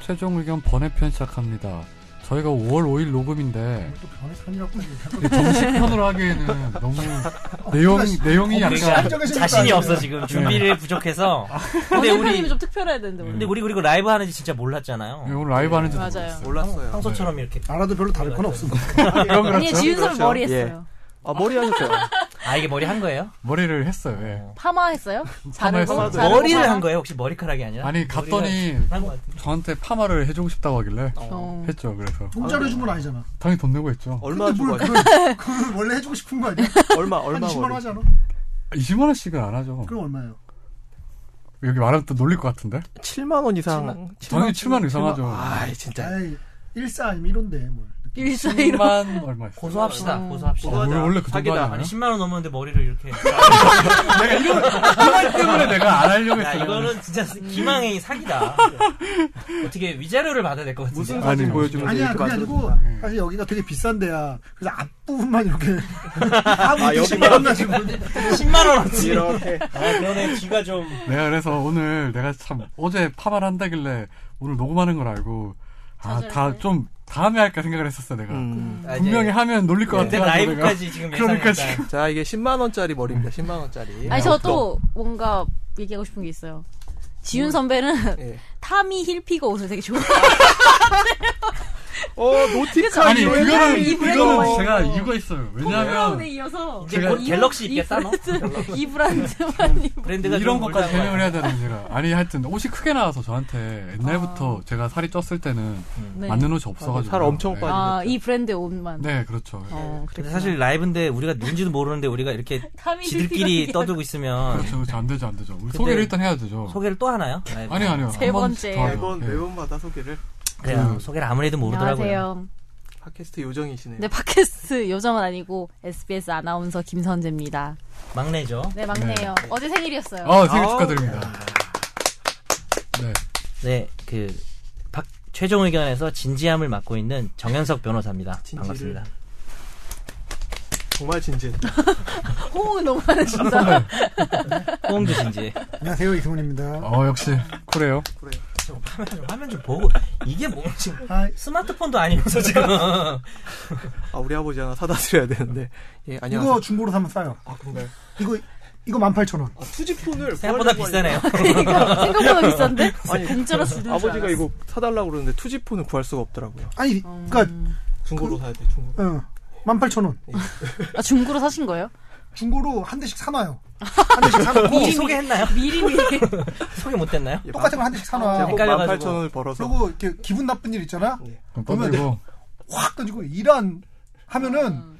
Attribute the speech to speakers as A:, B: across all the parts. A: 최종 의견 번외편 시작합니다. 저희가 5월 5일 녹음인데
B: 또 변해편이라고 얘기하고
A: 정식편으로 하기에는 너무
C: 아,
A: 내용 내용이 약간
B: 시간적인 생각도
D: 자신이
B: 아니에요.
D: 없어 지금 준비를 부족해서. 근데
E: 번외편이면
D: 우리
E: 좀 특별해야 되는데 원래.
D: 근데 우리 우리가 라이브 하는지 진짜
A: 예,
D: 몰랐잖아요.
A: 오늘 라이브
C: 음.
A: 하는지
E: 맞아요.
C: 몰랐어요.
A: 네.
D: 평소처럼 이렇게
B: 나라도 별로 다를 건 없습니다.
E: 아니 지윤섭
C: 그렇죠.
E: 머리 했어요.
C: 아, 머리 하셨죠?
D: 아 이게 머리 한 거예요?
A: 머리를 했어요. 예.
E: 파마 했어요? 자르고,
A: 파마했어요.
E: 자르고
D: 머리를
E: 파마?
D: 한 거예요? 혹시 머리카락이
E: 네?
D: 아니라?
A: 아니 갔더니
D: 한거 같은데.
A: 저한테 파마를 해주고 싶다고 하길래
E: 어.
C: 음.
A: 했죠. 그래서
B: 공짜로 해준 건 아니잖아.
A: 당연히 돈 내고 했죠.
C: 얼마 주고
B: 뭘
C: 하셨죠?
B: 그걸, 그걸 원래 해주고 싶은 거 아니야?
C: 얼마,
B: 한
C: 얼마
B: 20만 원
C: 머리?
B: 하잖아.
A: 20만 원씩은 안 하죠.
B: 그럼 얼마예요?
A: 여기 말하면 또 놀릴 것 같은데.
C: 7만 원 이상.
A: 당연히 7만 이상 하죠.
C: 아, 진짜.
B: 아이, 14 아니면 1호인데 뭘.
D: 음.
E: 일사이로
A: 10만 얼마 있어?
D: 고소합시다. 고소합시다.
A: 원래 원래 그 정도
C: 사기다.
A: 하잖아요. 아,
D: 아니 10만 원 넘었는데 머리를 이렇게.
A: 파마 때문에 내가 안 하려고
D: 야
A: 했어요.
D: 이거는 진짜 기망행위 사기다. 어떻게 위자료를 받아야 될 것 같은데.
C: 무슨
A: 아니,
C: 사진 보여주면
B: 아니야, 그게 아니고,
C: 음.
B: 사실 여기가 되게 비싼 데야. 그래서 앞부분만 이렇게.
C: 아,
B: 아무
C: 여기
B: 뜻이 없나 지금.
D: 10만 원어치.
C: 이렇게.
D: 아 그러네 귀가 좀.
A: 내가 그래서 오늘 내가 참 어제 파마를 한다길래 오늘 녹음하는 걸 알고 아 다
E: 좌절했어요?
A: 좀 다음에 할까 생각을 했었어 내가
C: 음.
D: 아, 이제
A: 분명히 하면 놀릴 것
D: 그때
A: 같아
D: 라이브까지 지금
A: 그러니까
D: 예상했다.
C: 자, 이게 10만 원짜리 머리입니다. 10만 원짜리.
E: 아니 저 또 뭔가 얘기하고 싶은 게 있어요. 지윤 선배는
C: 예.
E: 타미 힐피거 옷을 되게 좋아.
C: 어, 노티카
A: 아니
C: 이런
A: 이거는
E: 이 브랜드 뭐
A: 이거는
E: 와인.
A: 제가 이유가 있어요
E: 브라운에
A: 왜냐하면
E: 네, 이어서 뭐
D: 이제 곧
E: 이-
D: 갤럭시
E: 이
D: 입겠다 너.
E: 브랜드- 이 브랜드만 입-
D: 음. 브랜드가
A: 이런
D: 좀
A: 것까지
D: 몰다운
A: 해명을
D: 거야.
A: 해야 되는 제가 아니 하여튼 옷이 크게 나와서 저한테 옛날부터 제가 살이 쪘을 때는
E: 아. 네.
A: 맞는 옷이 없어가지고
C: 살 엄청
A: 네.
C: 빠져.
E: 아이 브랜드 옷만.
A: 네 그렇죠
E: 어,
D: 근데
E: 그래.
D: 사실 라이브인데 우리가 누군지도 모르는데 우리가 이렇게
E: 타미
D: 지들끼리
E: 힐피거
D: 떠들고 있으면
A: 그렇죠 그렇죠 안 되죠 안 되죠 우리 소개를 일단 해야 되죠
D: 소개를 또 하나요? 라이브?
A: 어. 아니요 아니요
E: 세
A: 한 번씩
E: 번째.
A: 더 하죠.
C: 매번,
A: 예.
C: 매번마다 소개를.
D: 그래요.
A: 그-
D: 소개를 아무래도 모르더라고요. 네.
E: 안녕하세요.
C: 팟캐스트 요정이시네요.
E: 네 팟캐스트 요정은 아니고 SBS 아나운서 김선재입니다.
D: 막내죠.
E: 네 막내예요. 어제 생일이었어요.
A: 아 생일
C: 아우.
A: 축하드립니다 네
D: 네, 그 박, 최종 의견에서 진지함을 맡고 있는 정현석 변호사입니다.
C: 진지를-
D: 반갑습니다.
C: 정말 진지했다.
E: 호응을 너무 많으신다.
D: 호응도 진지.
B: 안녕하세요, 이승훈입니다.
A: 어 역시 쿨해요
C: 그래요.
D: 좀 화면 좀 화면 좀 보고 이게 뭐 지금
B: 아이,
D: 스마트폰도 아니면서 지금
C: 아, 우리 아버지 하나 사다 드려야 되는데. 예, 안녕하세요.
B: 이거 중고로 사면 싸요.
C: 아, 그런가요?
B: 이거, 이거 18,000원.
C: 아, 투지폰을.
D: 생각보다
C: 구하려고
D: 비싸네요.
E: 그러니까 생각보다 비싼데
C: 아니,
E: 공짜로 주는 줄
C: 아버지가
E: 알았어.
C: 이거 사달라고 그러는데 투지폰은 구할 수가 없더라고요.
B: 아니, 그니까,
C: 음. 중고로 사야 돼, 중고로.
B: 어, 18,000원.
E: 아, 중고로 사신 거예요?
B: 중고로 한 대씩 사놔요. 한 대씩 사놓고,
D: 미리 뭐 소개했나요?
E: 미리 미리.
D: 소개 못됐나요?
C: 예,
B: 똑같은 거 한 대씩
C: 제가
B: 사놔.
C: 꼭
D: 헷갈려가지고.
C: 18,000원을 벌어서
B: 그리고 이렇게 기분 나쁜 일 있잖아?
A: 그럼
B: 그러면
A: 던지고
B: 확 던지고 이런 하면은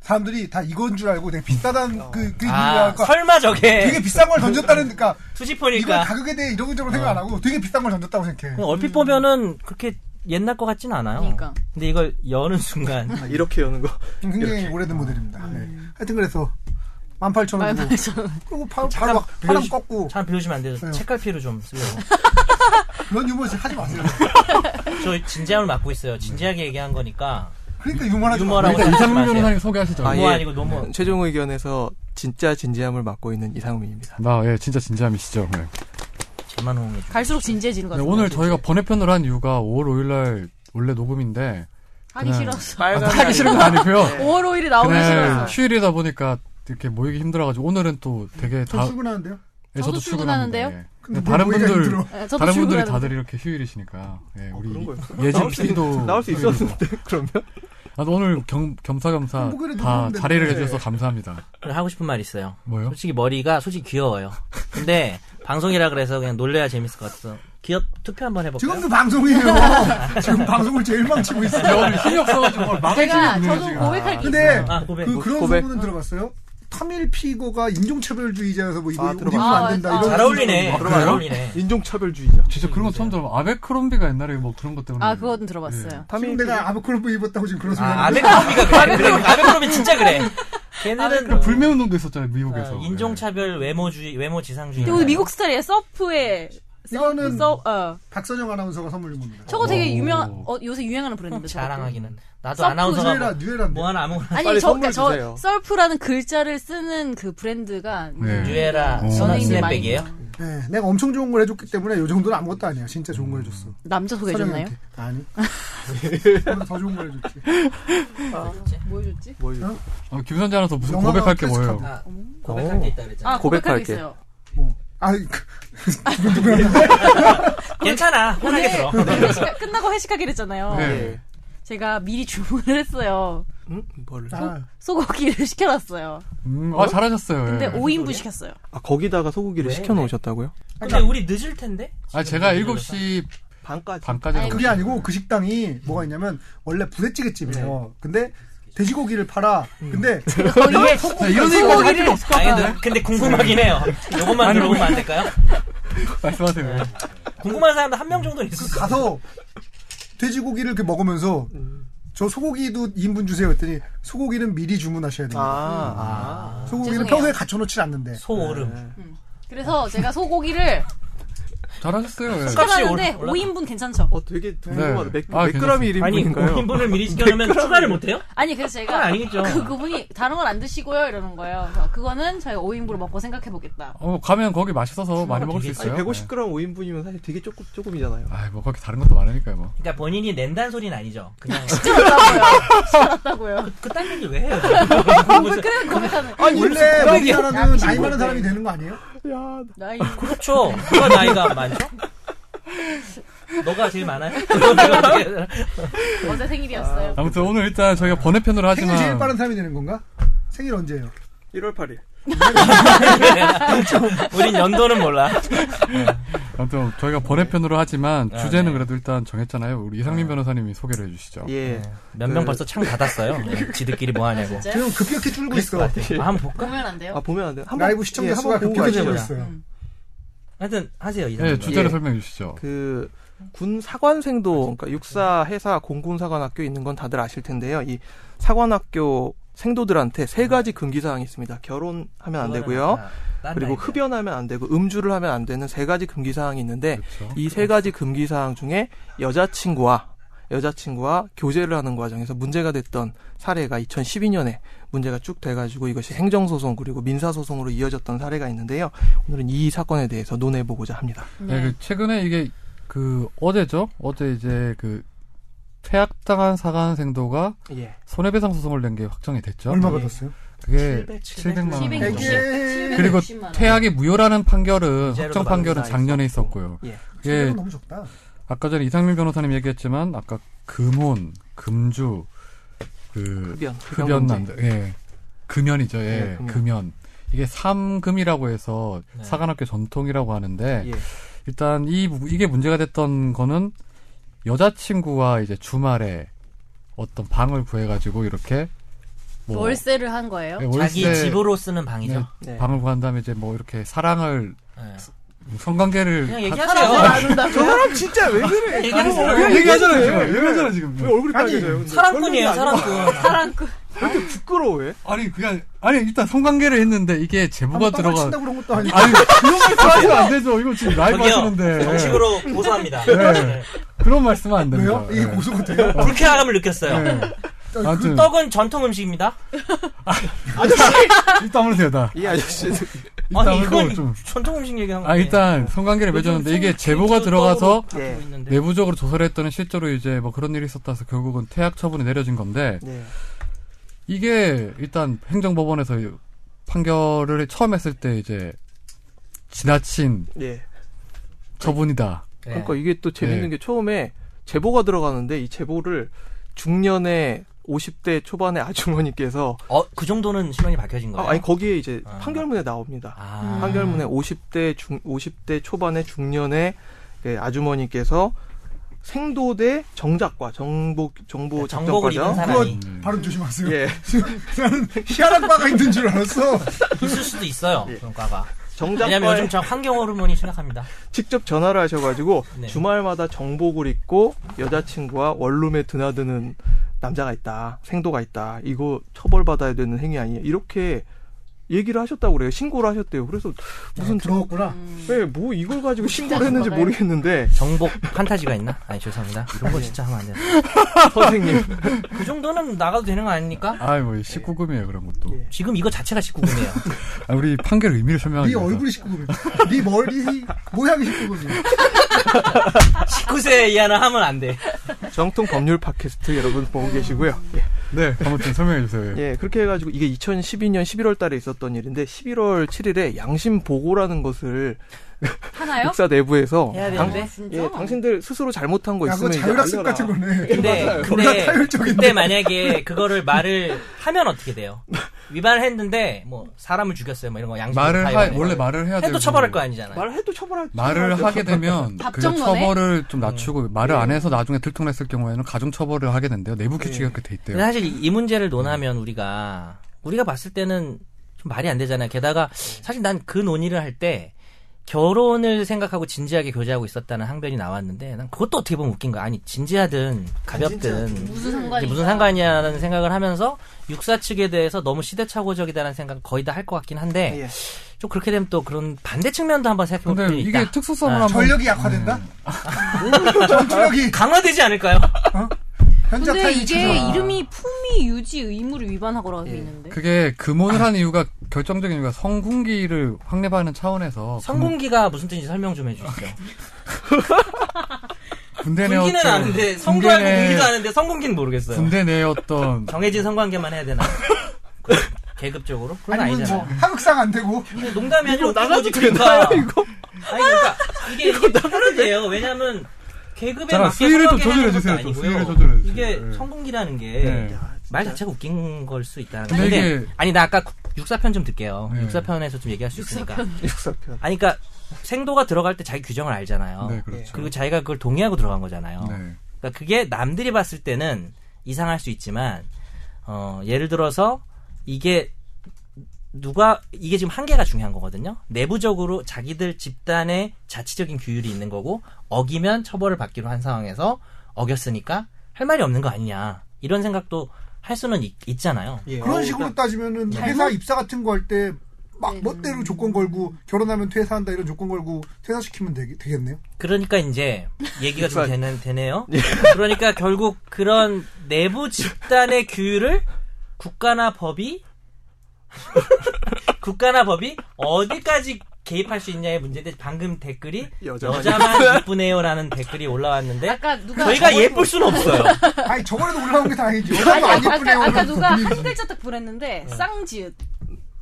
B: 사람들이 다 이건 줄 알고 되게 비싸다는 그, 그
D: 아,
B: 이유가
D: 설마 저게
B: 되게 비싼 걸 던졌다는 그러니까 이걸
D: 투지폰일까?
B: 가격에 대해 이런적으로 생각 안 하고 되게 비싼 걸 던졌다고 생각해.
D: 그냥 얼핏 보면은 그렇게 옛날 것 같진 않아요.
E: 그러니까.
D: 근데 이걸 여는 순간
C: 아, 이렇게 여는 거.
B: 굉장히 오래된 모델입니다. 네. 하여튼 그래서 18,000원이고
E: 말말처럼.
B: 그리고 바, 바로 막 바람
D: 배우시-
B: 꺾고
D: 참 비우시면 안 돼요.
B: 네.
D: 책갈피로 좀 쓰려고.
B: 그런 유머 하지 마세요.
D: 저 진지함을 맡고 있어요. 진지하게 얘기한 거니까
B: 그러니까 유머하지 마세요.
D: 유머라고
A: 일단 이상민
D: 말씀하세요.
A: 변호사님 소개하시죠.
C: 아,
D: 너무
C: 예.
D: 아니고 너무
C: 최종 의견에서 진짜 진지함을 맡고 있는 이상민입니다.
A: 나, 예, 진짜 진지함이시죠. 네.
D: 제만 호응해 줘.
E: 갈수록 진지해지는 것
A: 네,
E: 같아요.
A: 오늘 저희가 번외편으로 한 이유가 5월 5일날 원래 녹음인데,
E: 하기
A: 그날-
E: 싫었어.
D: 네,
A: 하기 아, 싫은 건 아니고요.
E: 5월 5일이 네. 나오기
A: 그날
E: 싫었어.
A: 휴일이다 보니까 이렇게 모이기 힘들어가지고, 오늘은 또 되게
B: 저
A: 다,
B: 출근하는데요.
A: 예,
E: 저도
A: 출근하는데,
E: 출근하는데요?
A: 예.
B: 근데
A: 다른
B: 모이기가
A: 분들,
B: 힘들어.
E: 예, 저도
A: 다른 분들이
E: 출근하는데.
A: 다들 이렇게 휴일이시니까, 예,
C: 그런
A: 우리
C: 거였어?
A: 예진
C: 나올 수 있-
A: PD도.
C: 나올 수 있었는데 그러면
A: 나도 오늘 겸, 겸사겸사
B: 목요일에
A: 다
B: 녹음인데.
A: 자리를
B: 네.
A: 해주셔서 감사합니다.
D: 하고 싶은 말 있어요.
A: 뭐요?
D: 솔직히 머리가 솔직히 귀여워요. 근데 방송이라 그래서 그냥 놀래야 재밌을 것 같아서 기업 투표 한번 해볼까요?
B: 지금도 방송이에요. 지금 방방송을 제일 망치고
A: 야,
B: 있어요.
A: 오늘 힘이 없어가지고 뭘 막아주고
E: 제가
A: 있네요,
E: 저도
A: 지금.
E: 고백할 게
B: 근데
D: 아 고백.
B: 그, 그런
C: 고백.
B: 소문은 들어봤어요? 타밀 피거가 인종차별주의자여서 뭐 이거
C: 아,
B: 옷
C: 들어봤-
B: 입으면
E: 아,
B: 안 된다.
E: 아,
B: 이런
D: 잘 어울리네.
B: 소문도
D: 잘 어울리네.
C: 인종차별주의자.
A: 진짜 그런 거 처음 들어봐. 아베크롬비가 옛날에 뭐 그런 것 때문에.
E: 아 그건 들어봤어요.
B: 지금
C: 타민
B: 내가 아베크로프 입었다고 지금 그런 소리
D: 아,
B: 하는
D: 아베크롬비가 그래. 그래. 아베크롬비 진짜 그래. 걔네는
A: 그 불매 운동도 있었잖아요, 미국에서.
D: 어, 인종차별 외모주의 외모 지상주의.
E: 근데 오늘 미국 스타일이에요. 서프에.
B: 이거는
E: 서, 어.
B: 박선영 아나운서가 선물인 겁니다.
E: 저거 되게
A: 오.
E: 유명, 어, 요새 유행하는 브랜드인데. 저것도.
D: 음, 자랑하기는 나도
E: 서프
D: 아나운서가
B: 뉴에라
D: 뭐,
B: 뉴에라인데
D: 뭐 하나 아무거나
E: 아니,
C: 빨리
E: 저,
C: 선물
E: 그러니까 저,
C: 주세요.
E: 썰프라는 글자를 쓰는 그 브랜드가 음.
A: 네.
D: 뉴에라
A: 오.
D: 스냅-
E: 연예인들 많이.
D: 스냅백이에요.
E: 있어요.
B: 네, 내가 엄청 좋은 걸 해줬기 때문에 요 정도는 아무것도 아니야. 진짜 좋은 걸 해줬어.
E: 남자 소개해줬나요?
B: 선영이한테. 아니. 오늘 더 좋은 걸 해줬지.
E: 뭐 해줬지?
C: 뭐 이거-
B: 어?
A: 어, 김선재 아나운서 무슨
B: 영화가
A: 고백할 게
B: 클래식하고.
A: 뭐예요?
D: 아, 고백할 게 있다 그랬잖아.
E: 아
C: 고백할
E: 고백할
C: 게.
E: 게 있어요.
B: 아,
D: 괜찮아. 편하게
E: 네.
D: 들어.
E: 회식 끝나고 회식하기로 했잖아요.
A: 네.
C: 예.
E: 제가 미리 주문을 했어요.
C: 음? 뭘? 아,
B: 아,
E: 소고기를 시켜놨어요.
A: 음, 아 잘하셨어요. 예.
E: 근데
D: 무슨
E: 5인분
D: 소리야?
E: 시켰어요.
C: 아, 거기다가 소고기를
D: 왜?
C: 시켜 놓으셨다고요?
D: 근데 우리 늦을 텐데.
A: 아 제가 7시
C: 반까지.
A: 반까지
E: 아니,
A: 가고
B: 그게 아니고 그 식당이 뭐가 있냐면 원래 부대찌개집이에요. 근데 돼지고기를 팔아. 근데
E: 거기에
A: 자, 네, 이런 얘기까지 할 필요 없을 것
D: 아니,
A: 같은데
D: 근데, 근데 궁금하긴 해요. 요것만 들어보면 안 될까요?
A: 말씀하세요.
D: 궁금한 사람도 한 명 정도는 있을 것 같아.
B: 그 가서 돼지고기를 이렇게 먹으면서 저 소고기도 2인분 주세요 했더니 소고기는 미리 주문하셔야
C: 아,
B: 됩니다.
C: 아.
B: 소고기는
E: 죄송해요.
B: 평소에 갖춰놓지 않는데.
D: 소오름.
E: 그래서 제가 소고기를
A: 잘하셨어요. 예.
E: 시켜놨는데
D: 올라-
E: 5인분 괜찮죠?
C: 어, 되게 궁금하다.
A: 네.
C: 몇, 몇
A: 아,
C: 그램이
D: 아니,
C: 1인분인가요? 네,
D: 5인분을 미리 시켜놓으면 추가를 못해요?
E: 아니 그래서 제가
D: 그건 아니겠죠.
E: 그, 그분이 다른 건 안 드시고요 이러는 거예요. 그래서 그거는 저희가 5인분을 먹고 생각해보겠다.
A: 어, 가면 거기 맛있어서 많이 먹을 수
D: 되겠지.
A: 있어요.
C: 아니, 150g
A: 예.
C: 5인분이면 사실 되게 조금, 조금이잖아요.
A: 아이 뭐 거기 다른 것도 많으니까요 뭐.
D: 그러니까 본인이 낸다는 소리는 아니죠. 그냥
E: 맞다고요.
D: 그딴 얘기를 왜 해요?
C: 아,
D: 무슨-
E: 그래 고백하는
B: 아니, 원래
D: 소고기야.
B: 우리나라는 나이 많은 사람이 되는 거 아니에요?
C: 야,
E: 나이
D: 그렇죠. 누가 나이가 많죠? 너가 제일 많아요? 내가 어떻게 해야 되나?
E: 어제 생일이었어요.
A: 아무튼 오늘 일단 저희가 번외편으로 하지만
B: 생일 제일 빠른 사람이 되는 건가? 생일 언제예요?
C: 1월 8일.
D: 우린 연도는 몰라.
A: 아무튼 저희가 번외편으로 하지만
D: 아,
A: 주제는
D: 네.
A: 그래도 일단 정했잖아요. 우리 이상민 변호사님이 소개를 해주시죠.
C: 예.
D: 몇 명
C: 그-
D: 벌써 창 닫았어요. 네, 지들끼리 뭐 하냐고.
E: 진짜요?
B: 지금 급격히 줄고 있어.
D: 아, 한번 볼까?
E: 보면 안 돼요?
C: 아, 보면 안 돼요? 한번-
B: 라이브 시청자
C: 예,
B: 수가
C: 한번 보고
B: 급격히
C: 가시죠.
B: 줄고
D: 가시죠.
B: 있어요.
E: 음.
D: 하여튼 하세요. 이
A: 예,
D: 사람들.
A: 주제를
C: 예.
A: 설명해 주시죠.
C: 그, 군 사관생도, 그러니까 육사, 해사, 공군 사관학교 있는 건 다들 아실 텐데요. 이 사관학교 생도들한테 세 가지 금기사항이 있습니다. 음. 결혼하면 안 되고요.
D: 아, 딴
C: 그리고
D: 나이들.
C: 흡연하면 안 되고, 음주를 하면 안 되는 세 가지 금기사항이 있는데,
A: 그렇죠.
C: 이 세 가지 금기 사항 중에 여자친구와 여자친구와 교제를 하는 과정에서 문제가 됐던 사례가 2012년에 문제가 쭉 돼가지고 이것이 행정소송 그리고 민사소송으로 이어졌던 사례가 있는데요. 오늘은 이 사건에 대해서 논해보고자 합니다.
A: 네, 그 최근에 이게 그 어제죠? 어제 이제 그 퇴학당한 사관생도가
C: 예.
A: 손해배상 소송을 낸 게 확정이 됐죠.
B: 얼마 받았어요?
A: 그게
D: 700,
A: 700만 원.
E: 700,
A: 정도.
E: 700.
B: 이게
A: 그리고
E: 760만 네. 원.
A: 퇴학이 무효라는 판결은
D: 이제로
A: 확정
D: 많은
A: 판결은
C: 나이
A: 작년에
C: 있었고.
A: 있었고요.
C: 예.
A: 예,
B: 생각은 너무 적다.
A: 아까 전에 이상민 변호사님 얘기했지만 아까 금혼, 금주, 그
C: 흡연.
A: 흡연
C: 문제.
A: 남들, 예, 금연이죠. 예,
C: 예, 금연.
A: 금연. 이게 삼금이라고 해서
D: 네.
A: 사관학교 전통이라고 하는데
C: 예.
A: 일단 이 무- 이게 문제가 됐던 거는 여자친구와 이제 주말에 어떤 방을 구해가지고 이렇게 뭐-
E: 월세를 한 거예요?
A: 예,
D: 자기 집으로 쓰는 방이죠.
A: 네,
C: 네.
A: 방을 구한 다음에 이제 뭐 이렇게 사랑을
D: 네.
A: 성관계를
D: 그냥
A: 가-
D: 얘기하세요.
C: 저 사람 진짜 왜 그래?
D: 얘기하세요.
C: 얘기하잖아요.
A: 지금. 얘기하잖아 지금.
C: 얼굴이
B: 아니,
C: 빨개져요.
D: 사랑꾼이에요, 사랑꾼.
E: 사랑꾼.
C: 부끄러워해.
A: 아니 그냥 아니 일단 성관계를 했는데 이게 제보가
B: 한번 떡을
A: 들어가.
B: 친다고 그런 것도 아니고.
A: 아니 그런 말씀 하시면 안 되죠. 이거 지금 라이브
D: 저기요,
A: 하시는데.
D: 정식으로 고소합니다.
A: 아, 네.
D: 네.
A: 그런 말씀은 안 됩니다.
B: 왜요? 이게
C: 예.
A: 네.
B: 고소가 돼요?
D: 불쾌함을 느꼈어요.
A: 네. 아무튼
D: 떡은 전통 음식입니다.
A: 일단 물세요 다.
C: 이 아저씨는
A: 일단
D: 아니
A: 물고
D: 이건
A: 좀.
D: 전통 음식 얘기한
A: 아
D: 건데.
A: 일단 성관계를 맺었는데 이게 제보가 들어가서
C: 예.
D: 네.
A: 내부적으로 조사를 했더니 실제로 이제 뭐 그런 일이 있었다서 결국은 퇴학 처분이 내려진 건데
C: 네.
A: 이게 일단 행정법원에서 판결을 처음 했을 때 이제 지나친
D: 네.
C: 예.
A: 처분이다.
C: 그러니까 이게 또
A: 네.
C: 재밌는 게 처음에 제보가 들어가는데 이 제보를 중년의 50대 초반의 아주머니께서
D: 어, 그 정도는 신원이 밝혀진 거예요.
C: 아, 아니 거기에 이제
D: 아.
C: 판결문에 나옵니다.
D: 아.
C: 판결문에 50대 중 50대 초반의 중년의 예, 아주머니께서 생도대 정작과 정보 정보
D: 네, 정복을 입은
C: 작전과죠.
D: 사람이
A: 음.
B: 발음 조심하세요.
C: 예,
B: 나는 희한한 바가 있는 줄 알았어.
D: 있을 수도 있어요.
C: 예.
D: 그런 과가. 왜냐면
C: 정작과에
D: 요즘 저 환경 호르몬이 심각합니다.
C: 직접 전화를 하셔가지고
D: 네.
C: 주말마다 정복을 입고 여자친구와 원룸에 드나드는 남자가 있다, 생도가 있다. 이거 처벌받아야 되는 행위 아니에요. 이렇게 얘기를 하셨다고 그래요. 신고를 하셨대요. 그래서 무슨
B: 들어왔구나.
C: 네, 뭐 이걸 가지고 신고를
E: 음.
C: 했는지
E: 받아요?
C: 모르겠는데
D: 정복 판타지가 있나? 아니 죄송합니다. 이런
A: 예.
D: 거 진짜 하면 안 돼요.
C: 선생님
D: 그 정도는 나가도 되는 거 아닙니까?
A: 아이 뭐 19금이에요 그런 것도.
C: 예.
D: 지금 이거 자체가 19금이에요.
A: 아, 우리 판결 의미를 설명하기
B: 네
A: 위해서.
B: 얼굴이 19금이야. 네 머리 모양이 19금이야.
D: 19세 이하는 하면 안 돼.
C: 정통 법률 팟캐스트 여러분 보고 계시고요. 예.
A: 네, 아무튼 설명해 주세요. 예.
C: 예, 그렇게 해가지고 이게 2012년 11월 달에 있었던 일인데 11월 7일에 양심 보고라는 것을
E: 하나요?
C: 육사 내부에서
D: 해야
C: 당,
D: 되는데.
E: 네. 진짜?
C: 예, 당신들 스스로 잘못한 거
B: 야, 그거
C: 어, 있으면 이제
B: 자율학습
C: 알려라.
B: 같은 거네.
D: 근데
B: 겁나
D: 근데
B: 타율적인데.
D: 그때 만약에 그거를 말을 하면 어떻게 돼요? 위반을 했는데 뭐 사람을 죽였어요. 뭐 이런 거 양심
A: 말을
D: 타협
A: 하,
D: 이런 거.
A: 원래 말을 해야 되고
D: 해도 처벌할 거 아니잖아요.
C: 말을 해도 처벌할
A: 말을
C: 처벌할
A: 하게 되면 그
E: 법정 거네?
A: 처벌을 좀 낮추고 말을 안 해서 나중에 들통났을 경우에는 가중 처벌을 하게 된대요. 내부 규칙이 그렇게 돼 있대요. 네.
D: 근데 사실 이- 이 문제를 논하면 우리가 우리가 봤을 때는 좀 말이 안 되잖아요. 게다가 사실 난 그 논의를 할 때 결혼을 생각하고 진지하게 교제하고 있었다는 항변이 나왔는데 난 그것도 어떻게 보면 웃긴 거야. 아니 진지하든 가볍든 이게
E: 무슨 상관이
D: 무슨 상관이냐라는 생각을 하면서 육사 측에 대해서 너무 시대착오적이다라는 생각 거의 다 할 것 같긴 한데
C: 예.
D: 좀 그렇게 되면 또 그런 반대 측면도 한번 생각해 볼
A: 근데
D: 필요
A: 이게
D: 있다.
A: 특수성을
D: 아,
A: 한번
B: 전력이 약화된다? 전투력이
D: 강화되지 않을까요?
B: 현자
E: 근데
B: 타임이
E: 이게
B: 찾아와.
E: 이름이 품위 유지 의무를 위반하고라고 돼 있는데.
A: 그게
D: 아.
A: 금혼을 한 이유가 결정적인 이유가 성군기를 확립하는 차원에서
D: 성공기가 무슨 뜻인지 설명 좀 해주시죠.
A: 군- 군대 내
D: 군기는
A: 어떤-
D: 아는데
A: 군대
D: 성공하고
A: 내-
D: 군기도 아, 아는데 성공기는 모르겠어요.
A: 군대 내 어떤
D: 정해진 성관계만 해야 되나? 그 계급적으로? 그건
B: 아니면 뭐
D: 아니잖아요.
B: 하극상 안 되고
D: 근데 농담이 아니라 웃긴
C: 나가도
D: 거지,
C: 되나요,
D: 이거? 아니 그러니까 이게 이게 다르대요. 왜냐면 계급에
A: 잠깐,
D: 맞게
A: 수위를 좀
D: 성관계를 하는
A: 조절해 주세요,
D: 것도
A: 좀.
D: 아니고요.
A: 수위를 조절해 주세요.
D: 이게
A: 네.
D: 성공기라는 게
A: 네.
D: 말 자체가 웃긴 걸 수 있다는
A: 근데
D: 건데
A: 이게-
D: 아니 나 아까 육사편 좀 들게요.
A: 네.
D: 육사편에서 좀 얘기할 수 있으니까.
C: 육사편
D: 아니 그러니까 생도가 들어갈 때 자기 규정을 알잖아요.
A: 네 그렇죠.
D: 그리고 자기가 그걸 동의하고 들어간 거잖아요.
A: 네.
D: 그러니까 그게 남들이 봤을 때는 이상할 수 있지만 어, 예를 들어서 이게 누가 이게 지금 한계가 중요한 거거든요. 내부적으로 자기들 집단의 자치적인 규율이 있는 거고 어기면 처벌을 받기로 한 상황에서 어겼으니까 할 말이 없는 거 아니냐 이런 생각도 할 수는 있, 잖아요
C: 예.
B: 그런
C: 어,
B: 식으로
C: 일단
B: 따지면은 회사 입사 같은 거 할 때 막 멋대로 조건 걸고 결혼하면 퇴사한다 이런 조건 걸고 퇴사시키면 되겠네요
D: 그러니까 이제 얘기가 좀
C: 육사-
D: 되는 되네요. 그러니까 결국 그런 내부 집단의 규율을 국가나 법이 국가나 법이 어디까지 개입할 수 있냐의 문제인데 방금 댓글이
C: 여자만
D: 여자만 이쁘네요라는 댓글이 올라왔는데
E: 아까 누가
D: 저희가
E: 저번에-
D: 예쁠 순 없어요.
B: 아니 저번에도 올라온 게 다행이지.
E: 아니,
B: 여자도 안
E: 네. 아까,
B: 예쁘네요.
E: 아까, 아까
B: 그래서.
E: 누가 한 글자 딱 보냈는데 쌍지읒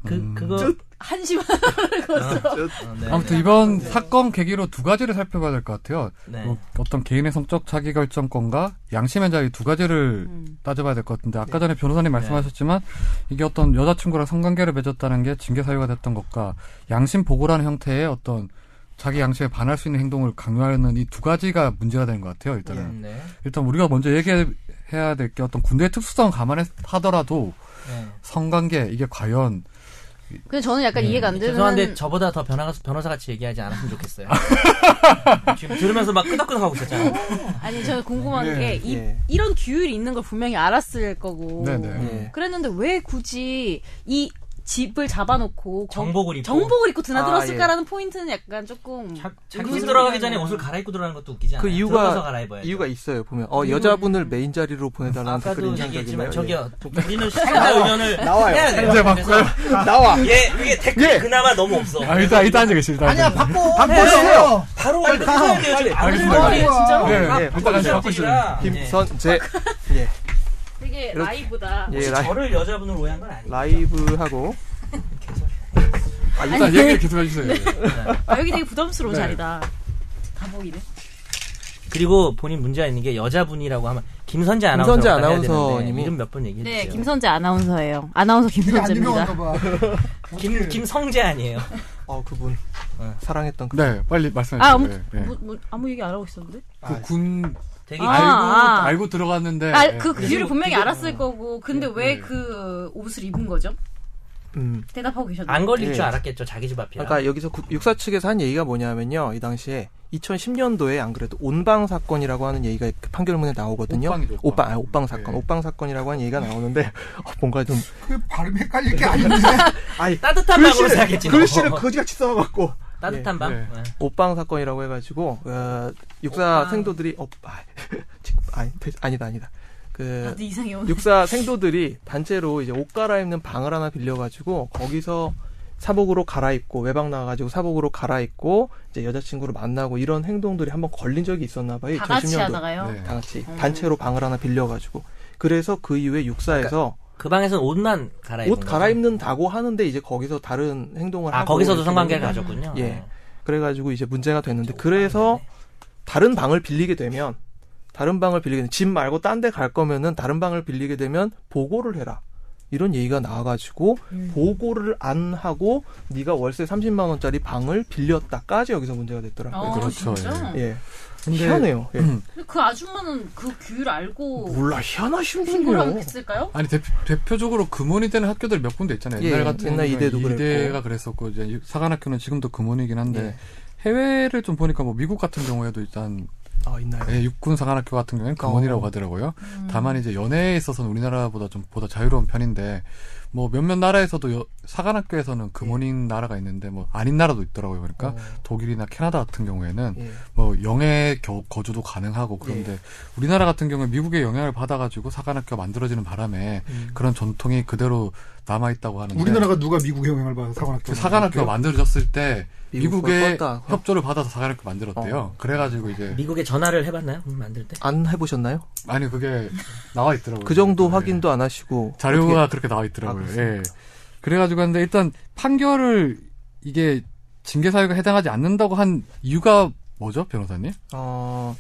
D: 그 그거
E: 한심한
D: 어, 네.
A: 음. 아무튼 이번 사건 계기로 두 가지를 살펴봐야 될 것 같아요.
D: 네.
A: 뭐 어떤 개인의 성적 자기 결정권과 양심의 자유 두 가지를 따져봐야 될 것 같은데 아까 전에 변호사님 말씀하셨지만 이게 어떤 여자친구랑 성관계를 맺었다는 게 징계 사유가 됐던 것과 양심 보고라는 형태의 어떤 자기 양심에 반할 수 있는 행동을 강요하는 이 두 가지가 문제가 되는 것 같아요. 일단은
D: 네.
A: 일단 우리가 먼저 얘기해야 될 게 어떤 군대의 특수성 감안하더라도
D: 네.
A: 성관계 이게 과연
E: 네. 근데 저는 약간 이해가 안 되는
D: 죄송한데 저보다 더 변호사 변호사 같이 얘기하지 않았으면 좋겠어요. 지금 들으면서 막 끄덕끄덕하고 있었잖아요.
E: 아니 저는 궁금한 게 이,
C: 예.
E: 이런 규율이 있는 걸 분명히 알았을 거고 음.
A: 네네.
C: 예.
E: 그랬는데 왜 굳이 이 집을 잡아놓고 예. 거-
D: 정복을 입고.
E: 정복을 입고 드나들었을까라는
C: 아,
E: 포인트는 약간 조금
D: 자- 자기
E: 의문스럽긴
D: 들어가기
E: 하네요.
D: 전에 옷을 갈아입고 들어가는 것도 웃기지 않아요?
C: 그
D: 들어가서
C: 이유가
D: 갈아입어야
C: 이유가 있어요 보면 어 여자분을 메인 자리로 보내달라는 댓글이
D: 아까도
C: 인상적이네요.
D: 얘기했지만
C: 예.
D: 저기요 우리는 시청자 의견을
C: 나와요.
D: 해야 돼요.
A: 이제 바꿔요.
C: 나와
D: 예, 이게 댓글
C: 예.
D: 그나마 너무 없어.
A: 아 일단 일단 앉아 계시 일단
B: 아니야
A: 앉아 계시-
B: 바꿔.
C: 바꿔주세요.
D: 바로 빨리 해야 돼요. 지금 안
A: 알겠습니다.
D: 들어가요.
E: 아, 예, 진짜로?
A: 네,
C: 아,
A: 네, 바꿔
D: 바꿔주세요.
A: 바꿔 주세요.
C: 김선재 예,
E: 되게
C: 이렇게-
E: 라이브다
C: 예 라이,
D: 아, 저를 여자분으로 오해한 건 아니에요.
C: 라이브 하고
A: 아, 일단 얘기를 계속 해주세요.
E: 아, 여기 되게 부담스러운
A: 네.
E: 자리다 감옥이래
D: 그리고 본인 문제가 있는 게 여자분이라고 하면 김선재 아나운서.
C: 김선재 아나운서님이-
D: 이름 몇 번 얘기해 주세요.
E: 네 김선재 아나운서예요 아나운서
B: 이게 안
E: 김선재입니다
B: 유명한가 봐. 그
D: 김 김성재 아니에요.
C: 어 그분
D: 네.
C: 사랑했던 그
A: 네, 빨리 말씀해 주세요.
E: 아 아무
A: 네.
E: 뭐, 뭐, 아무 얘기 안 하고 있었는데
A: 그 군,
D: 되게
E: 아,
A: 알고,
E: 아.
A: 알고 들어갔는데.
E: 아
A: 예.
E: 그 규율을 분명히 알았을 거고 근데
A: 네.
E: 왜 그 옷을 입은 거죠?
C: 음.
E: 대답하고 계셨나요?
D: 안 걸릴
C: 예.
D: 줄 알았겠죠 자기 집 앞이라.
C: 그러니까 여기서 구- 육사 측에서 한 얘기가 뭐냐면요. 이 당시에 2010년도에 안 그래도 온방 사건이라고 하는 얘기가 그 판결문에 나오거든요.
A: 옷방이죠, 옷방.
C: 옷방, 아, 옷방 사건,
B: 예.
C: 옷방 사건이라고 하는 얘기가 나오는데 어, 뭔가 좀
B: 그 발음 헷갈릴 게 아닌데
C: 아니
D: 따뜻한 방으로 사겠지.
C: 글씨를 그- 거지같이 써갖고
D: 따뜻한 방.
B: 예.
D: 예.
C: 옷방 사건이라고 해가지고 어, 육사
E: 옷방.
C: 생도들이 어, 아, 지- 아니, 되- 아니다 아니다. 그
E: 다들 이상해 오늘.
C: 육사 생도들이 단체로 이제 옷 갈아입는 방을 하나 빌려가지고 거기서 사복으로 갈아입고 외박 나가가지고 사복으로 갈아입고 이제 여자친구를 만나고 이런 행동들이 한번 걸린 적이 있었나 봐요.
E: 다 같이
C: 2010년도.
E: 하다가요.
A: 네.
C: 다 같이
E: 음.
C: 단체로 방을 하나 빌려가지고 그래서 그 이후에 육사에서
D: 그 방에서는 옷만 갈아입는.
C: 옷
D: 거죠.
C: 갈아입는다고 하는데 이제 거기서 다른 행동을
D: 아
C: 하고
D: 거기서도
C: 이렇게
D: 성관계를
C: 되는
D: 가졌군요.
C: 예.
D: 예.
C: 그래가지고 이제 문제가 됐는데 그래서 다른 방을 빌리게 되면 다른 방을 빌리게 되면 집 말고 딴 데 갈 거면은 다른 방을 빌리게 되면 보고를 해라 이런 얘기가 나와가지고
E: 음.
C: 보고를 안 하고 네가 월세 30만 원짜리 방을 빌렸다까지 여기서 문제가 됐더라고요.
E: 어,
A: 그렇죠,
E: 진짜?
C: 예,
A: 근데-
C: 희한해요. 예.
A: 음.
E: 근데 그 아줌마는 그 규율 알고
C: 몰라 희한하신
E: 신고를
C: 분이요.
E: 했을까요?
A: 아니 대표, 적으로 금원이 되는 학교들 몇 군데 있잖아요.
C: 예,
A: 옛날 같은
C: 옛날
A: 경우는
C: 이대도 그랬고.
A: 이대가 그랬었고 이제 사관학교는 지금도 금원이긴 한데
C: 예.
A: 해외를 좀 보니까 뭐 미국 같은 경우에도 일단
C: 아 있나요?
A: 예, 육군 사관학교 같은
C: 어.
A: 경우에는 금원이라고 하더라고요.
E: 음.
A: 다만 이제 연애에 있어서는 우리나라보다 좀 보다 자유로운 편인데 뭐 몇몇 나라에서도 여- 사관학교에서는 금원인
C: 예.
A: 나라가 있는데 뭐 아닌 나라도 있더라고요.
C: 어.
A: 그러니까 독일이나 캐나다 같은 경우에는
C: 예.
A: 뭐 영해 겨- 거주도 가능하고 그런데 우리나라 같은 경우에 미국의 영향을 받아가지고 사관학교 가 만들어지는 바람에 그런 전통이 그대로 남아 있다고 하는데
B: 우리나라가 누가 미국의 영향을 받아
A: 그
B: 사관학교
A: 사관학교가 만들어졌을 때
C: 미국 걸
A: 미국의
C: 껐다.
A: 협조를 받아서 사관학교 만들었대요. 그래가지고 이제
D: 미국에 전화를 해봤나요? 음, 만들 때?
C: 안 해보셨나요?
A: 아니 그게 나와 있더라고요.
C: 그 정도
A: 예.
C: 확인도 안 하시고
A: 자료가 그렇게 나와 있더라고요.
C: 아,
A: 예. 그래가지고 근데 일단 판결을 이게 징계 사유가 해당하지 않는다고 한 이유가 뭐죠, 변호사님?
C: 어,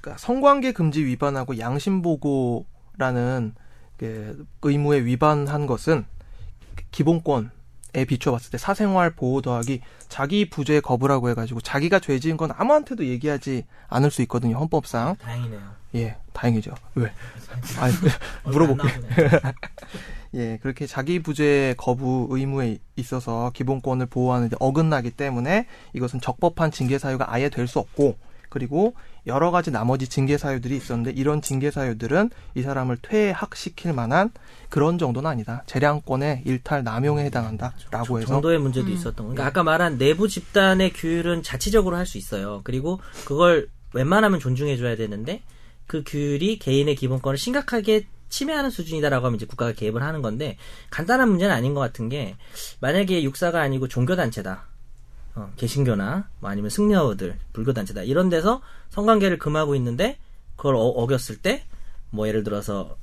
C: 그러니까 성관계 금지 위반하고 양심 보고라는 그 의무에 위반한 것은 기본권에 비춰봤을 때 사생활 보호 더하기 자기 부재 거부라고 해가지고 자기가 죄 지은 건 아무한테도 얘기하지 않을 수 있거든요 헌법상
D: 다행이네요.
C: 예 다행이죠 왜 아니 물어볼게
D: 물어볼게. 요
C: 예, 그렇게 자기 부재 거부 의무에 있어서 기본권을 보호하는데 어긋나기 때문에 이것은 적법한 징계 사유가 아예 될 수 없고 그리고 여러 가지 나머지 징계 사유들이 있었는데 이런 징계 사유들은 이 사람을 퇴학시킬 만한 그런 정도는 아니다. 재량권의 일탈 남용에 해당한다라고 해서 음.
D: 정도의 문제도 있었던 거. 그러니까 아까 말한 내부 집단의 규율은 자치적으로 할 수 있어요. 그리고 그걸 웬만하면 존중해줘야 되는데 그 규율이 개인의 기본권을 심각하게 침해하는 수준이다라고 하면 이제 국가가 개입을 하는 건데 간단한 문제는 아닌 것 같은 게 만약에 육사가 아니고 종교 단체다. 어, 개신교나 뭐 아니면 승려들 불교 단체다 이런 데서 성관계를 금하고 있는데 그걸 어, 어겼을 때 뭐 예를 들어서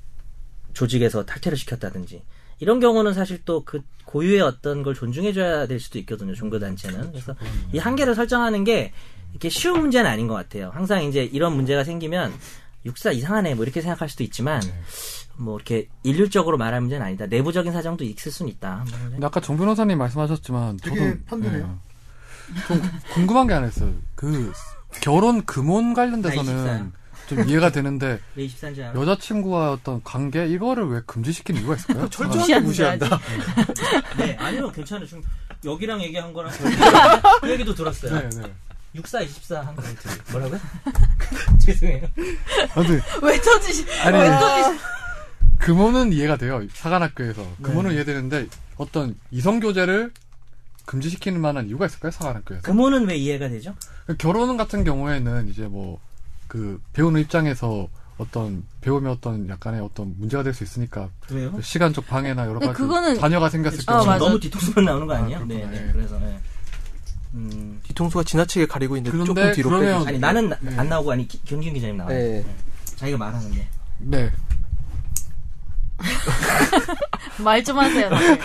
D: 조직에서 탈퇴를 시켰다든지 이런 경우는 사실 또 그 고유의 어떤 걸 존중해줘야 될 수도 있거든요 종교 단체는 그래서 이 한계를 설정하는 게 이렇게 쉬운 문제는 아닌 것 같아요 항상 이제 이런 문제가 생기면 육사 이상하네 뭐 이렇게 생각할 수도 있지만 뭐 이렇게 일률적으로 말할 문제는 아니다 내부적인 사정도 있을 수는 있다 뭐
A: 근데 아까 정 변호사님 말씀하셨지만 저도
B: 되게 편드네요.
A: 예. 좀 궁금한 게 하나 있어요. 그 결혼 금혼 관련돼서는 좀 이해가 되는데
D: 왜 24인 줄 알아?
A: 여자친구와 어떤 관계 이거를 왜 금지시킨 이유가 있을까요? 아, 네.
C: 철저하게 무시한다.
D: 네 아니면 괜찮아요 지금 여기랑 얘기한 거랑 그 얘기도 들었어요
A: 네, 네.
D: 64, 24 한거 뭐라고요? 죄송해요
A: 아무튼
E: 왜 터지시?
A: 아니,
C: 어,
E: 왜 터지시?
A: 금호는 이해가 돼요. 사관학교에서
E: 네.
A: 금호는 이해되는데 어떤 이성 교제를 금지시키는 만한 이유가 있을까요? 사관학교에서
D: 금호는 왜 이해가 되죠?
A: 결혼 같은 경우에는 이제 뭐 그 배우는 입장에서 어떤 배우면 어떤 약간의 어떤 문제가 될 수 있으니까
D: 왜요?
A: 시간적 방해나 여러
E: 어? 근데
A: 가지
E: 그거는-
A: 자녀가 생겼을
E: 어,
A: 경우
E: 맞아.
D: 너무 뒤통수만 나오는 거 아니에요?
A: 아,
D: 네,
A: 그렇구나.
D: 네.
A: 예.
D: 그래서 예. 음.
C: 뒤통수가 지나치게 가리고 있는데
A: 그런데
C: 조금 뒤로
A: 그러면-
C: 빼주세요.
D: 아니 나는 나- 안 나오고 아니 기- 경균 기자님 나와요.
C: 예.
D: 자기가 말하는 게.
A: 네
E: 말 좀 하세요. 다들.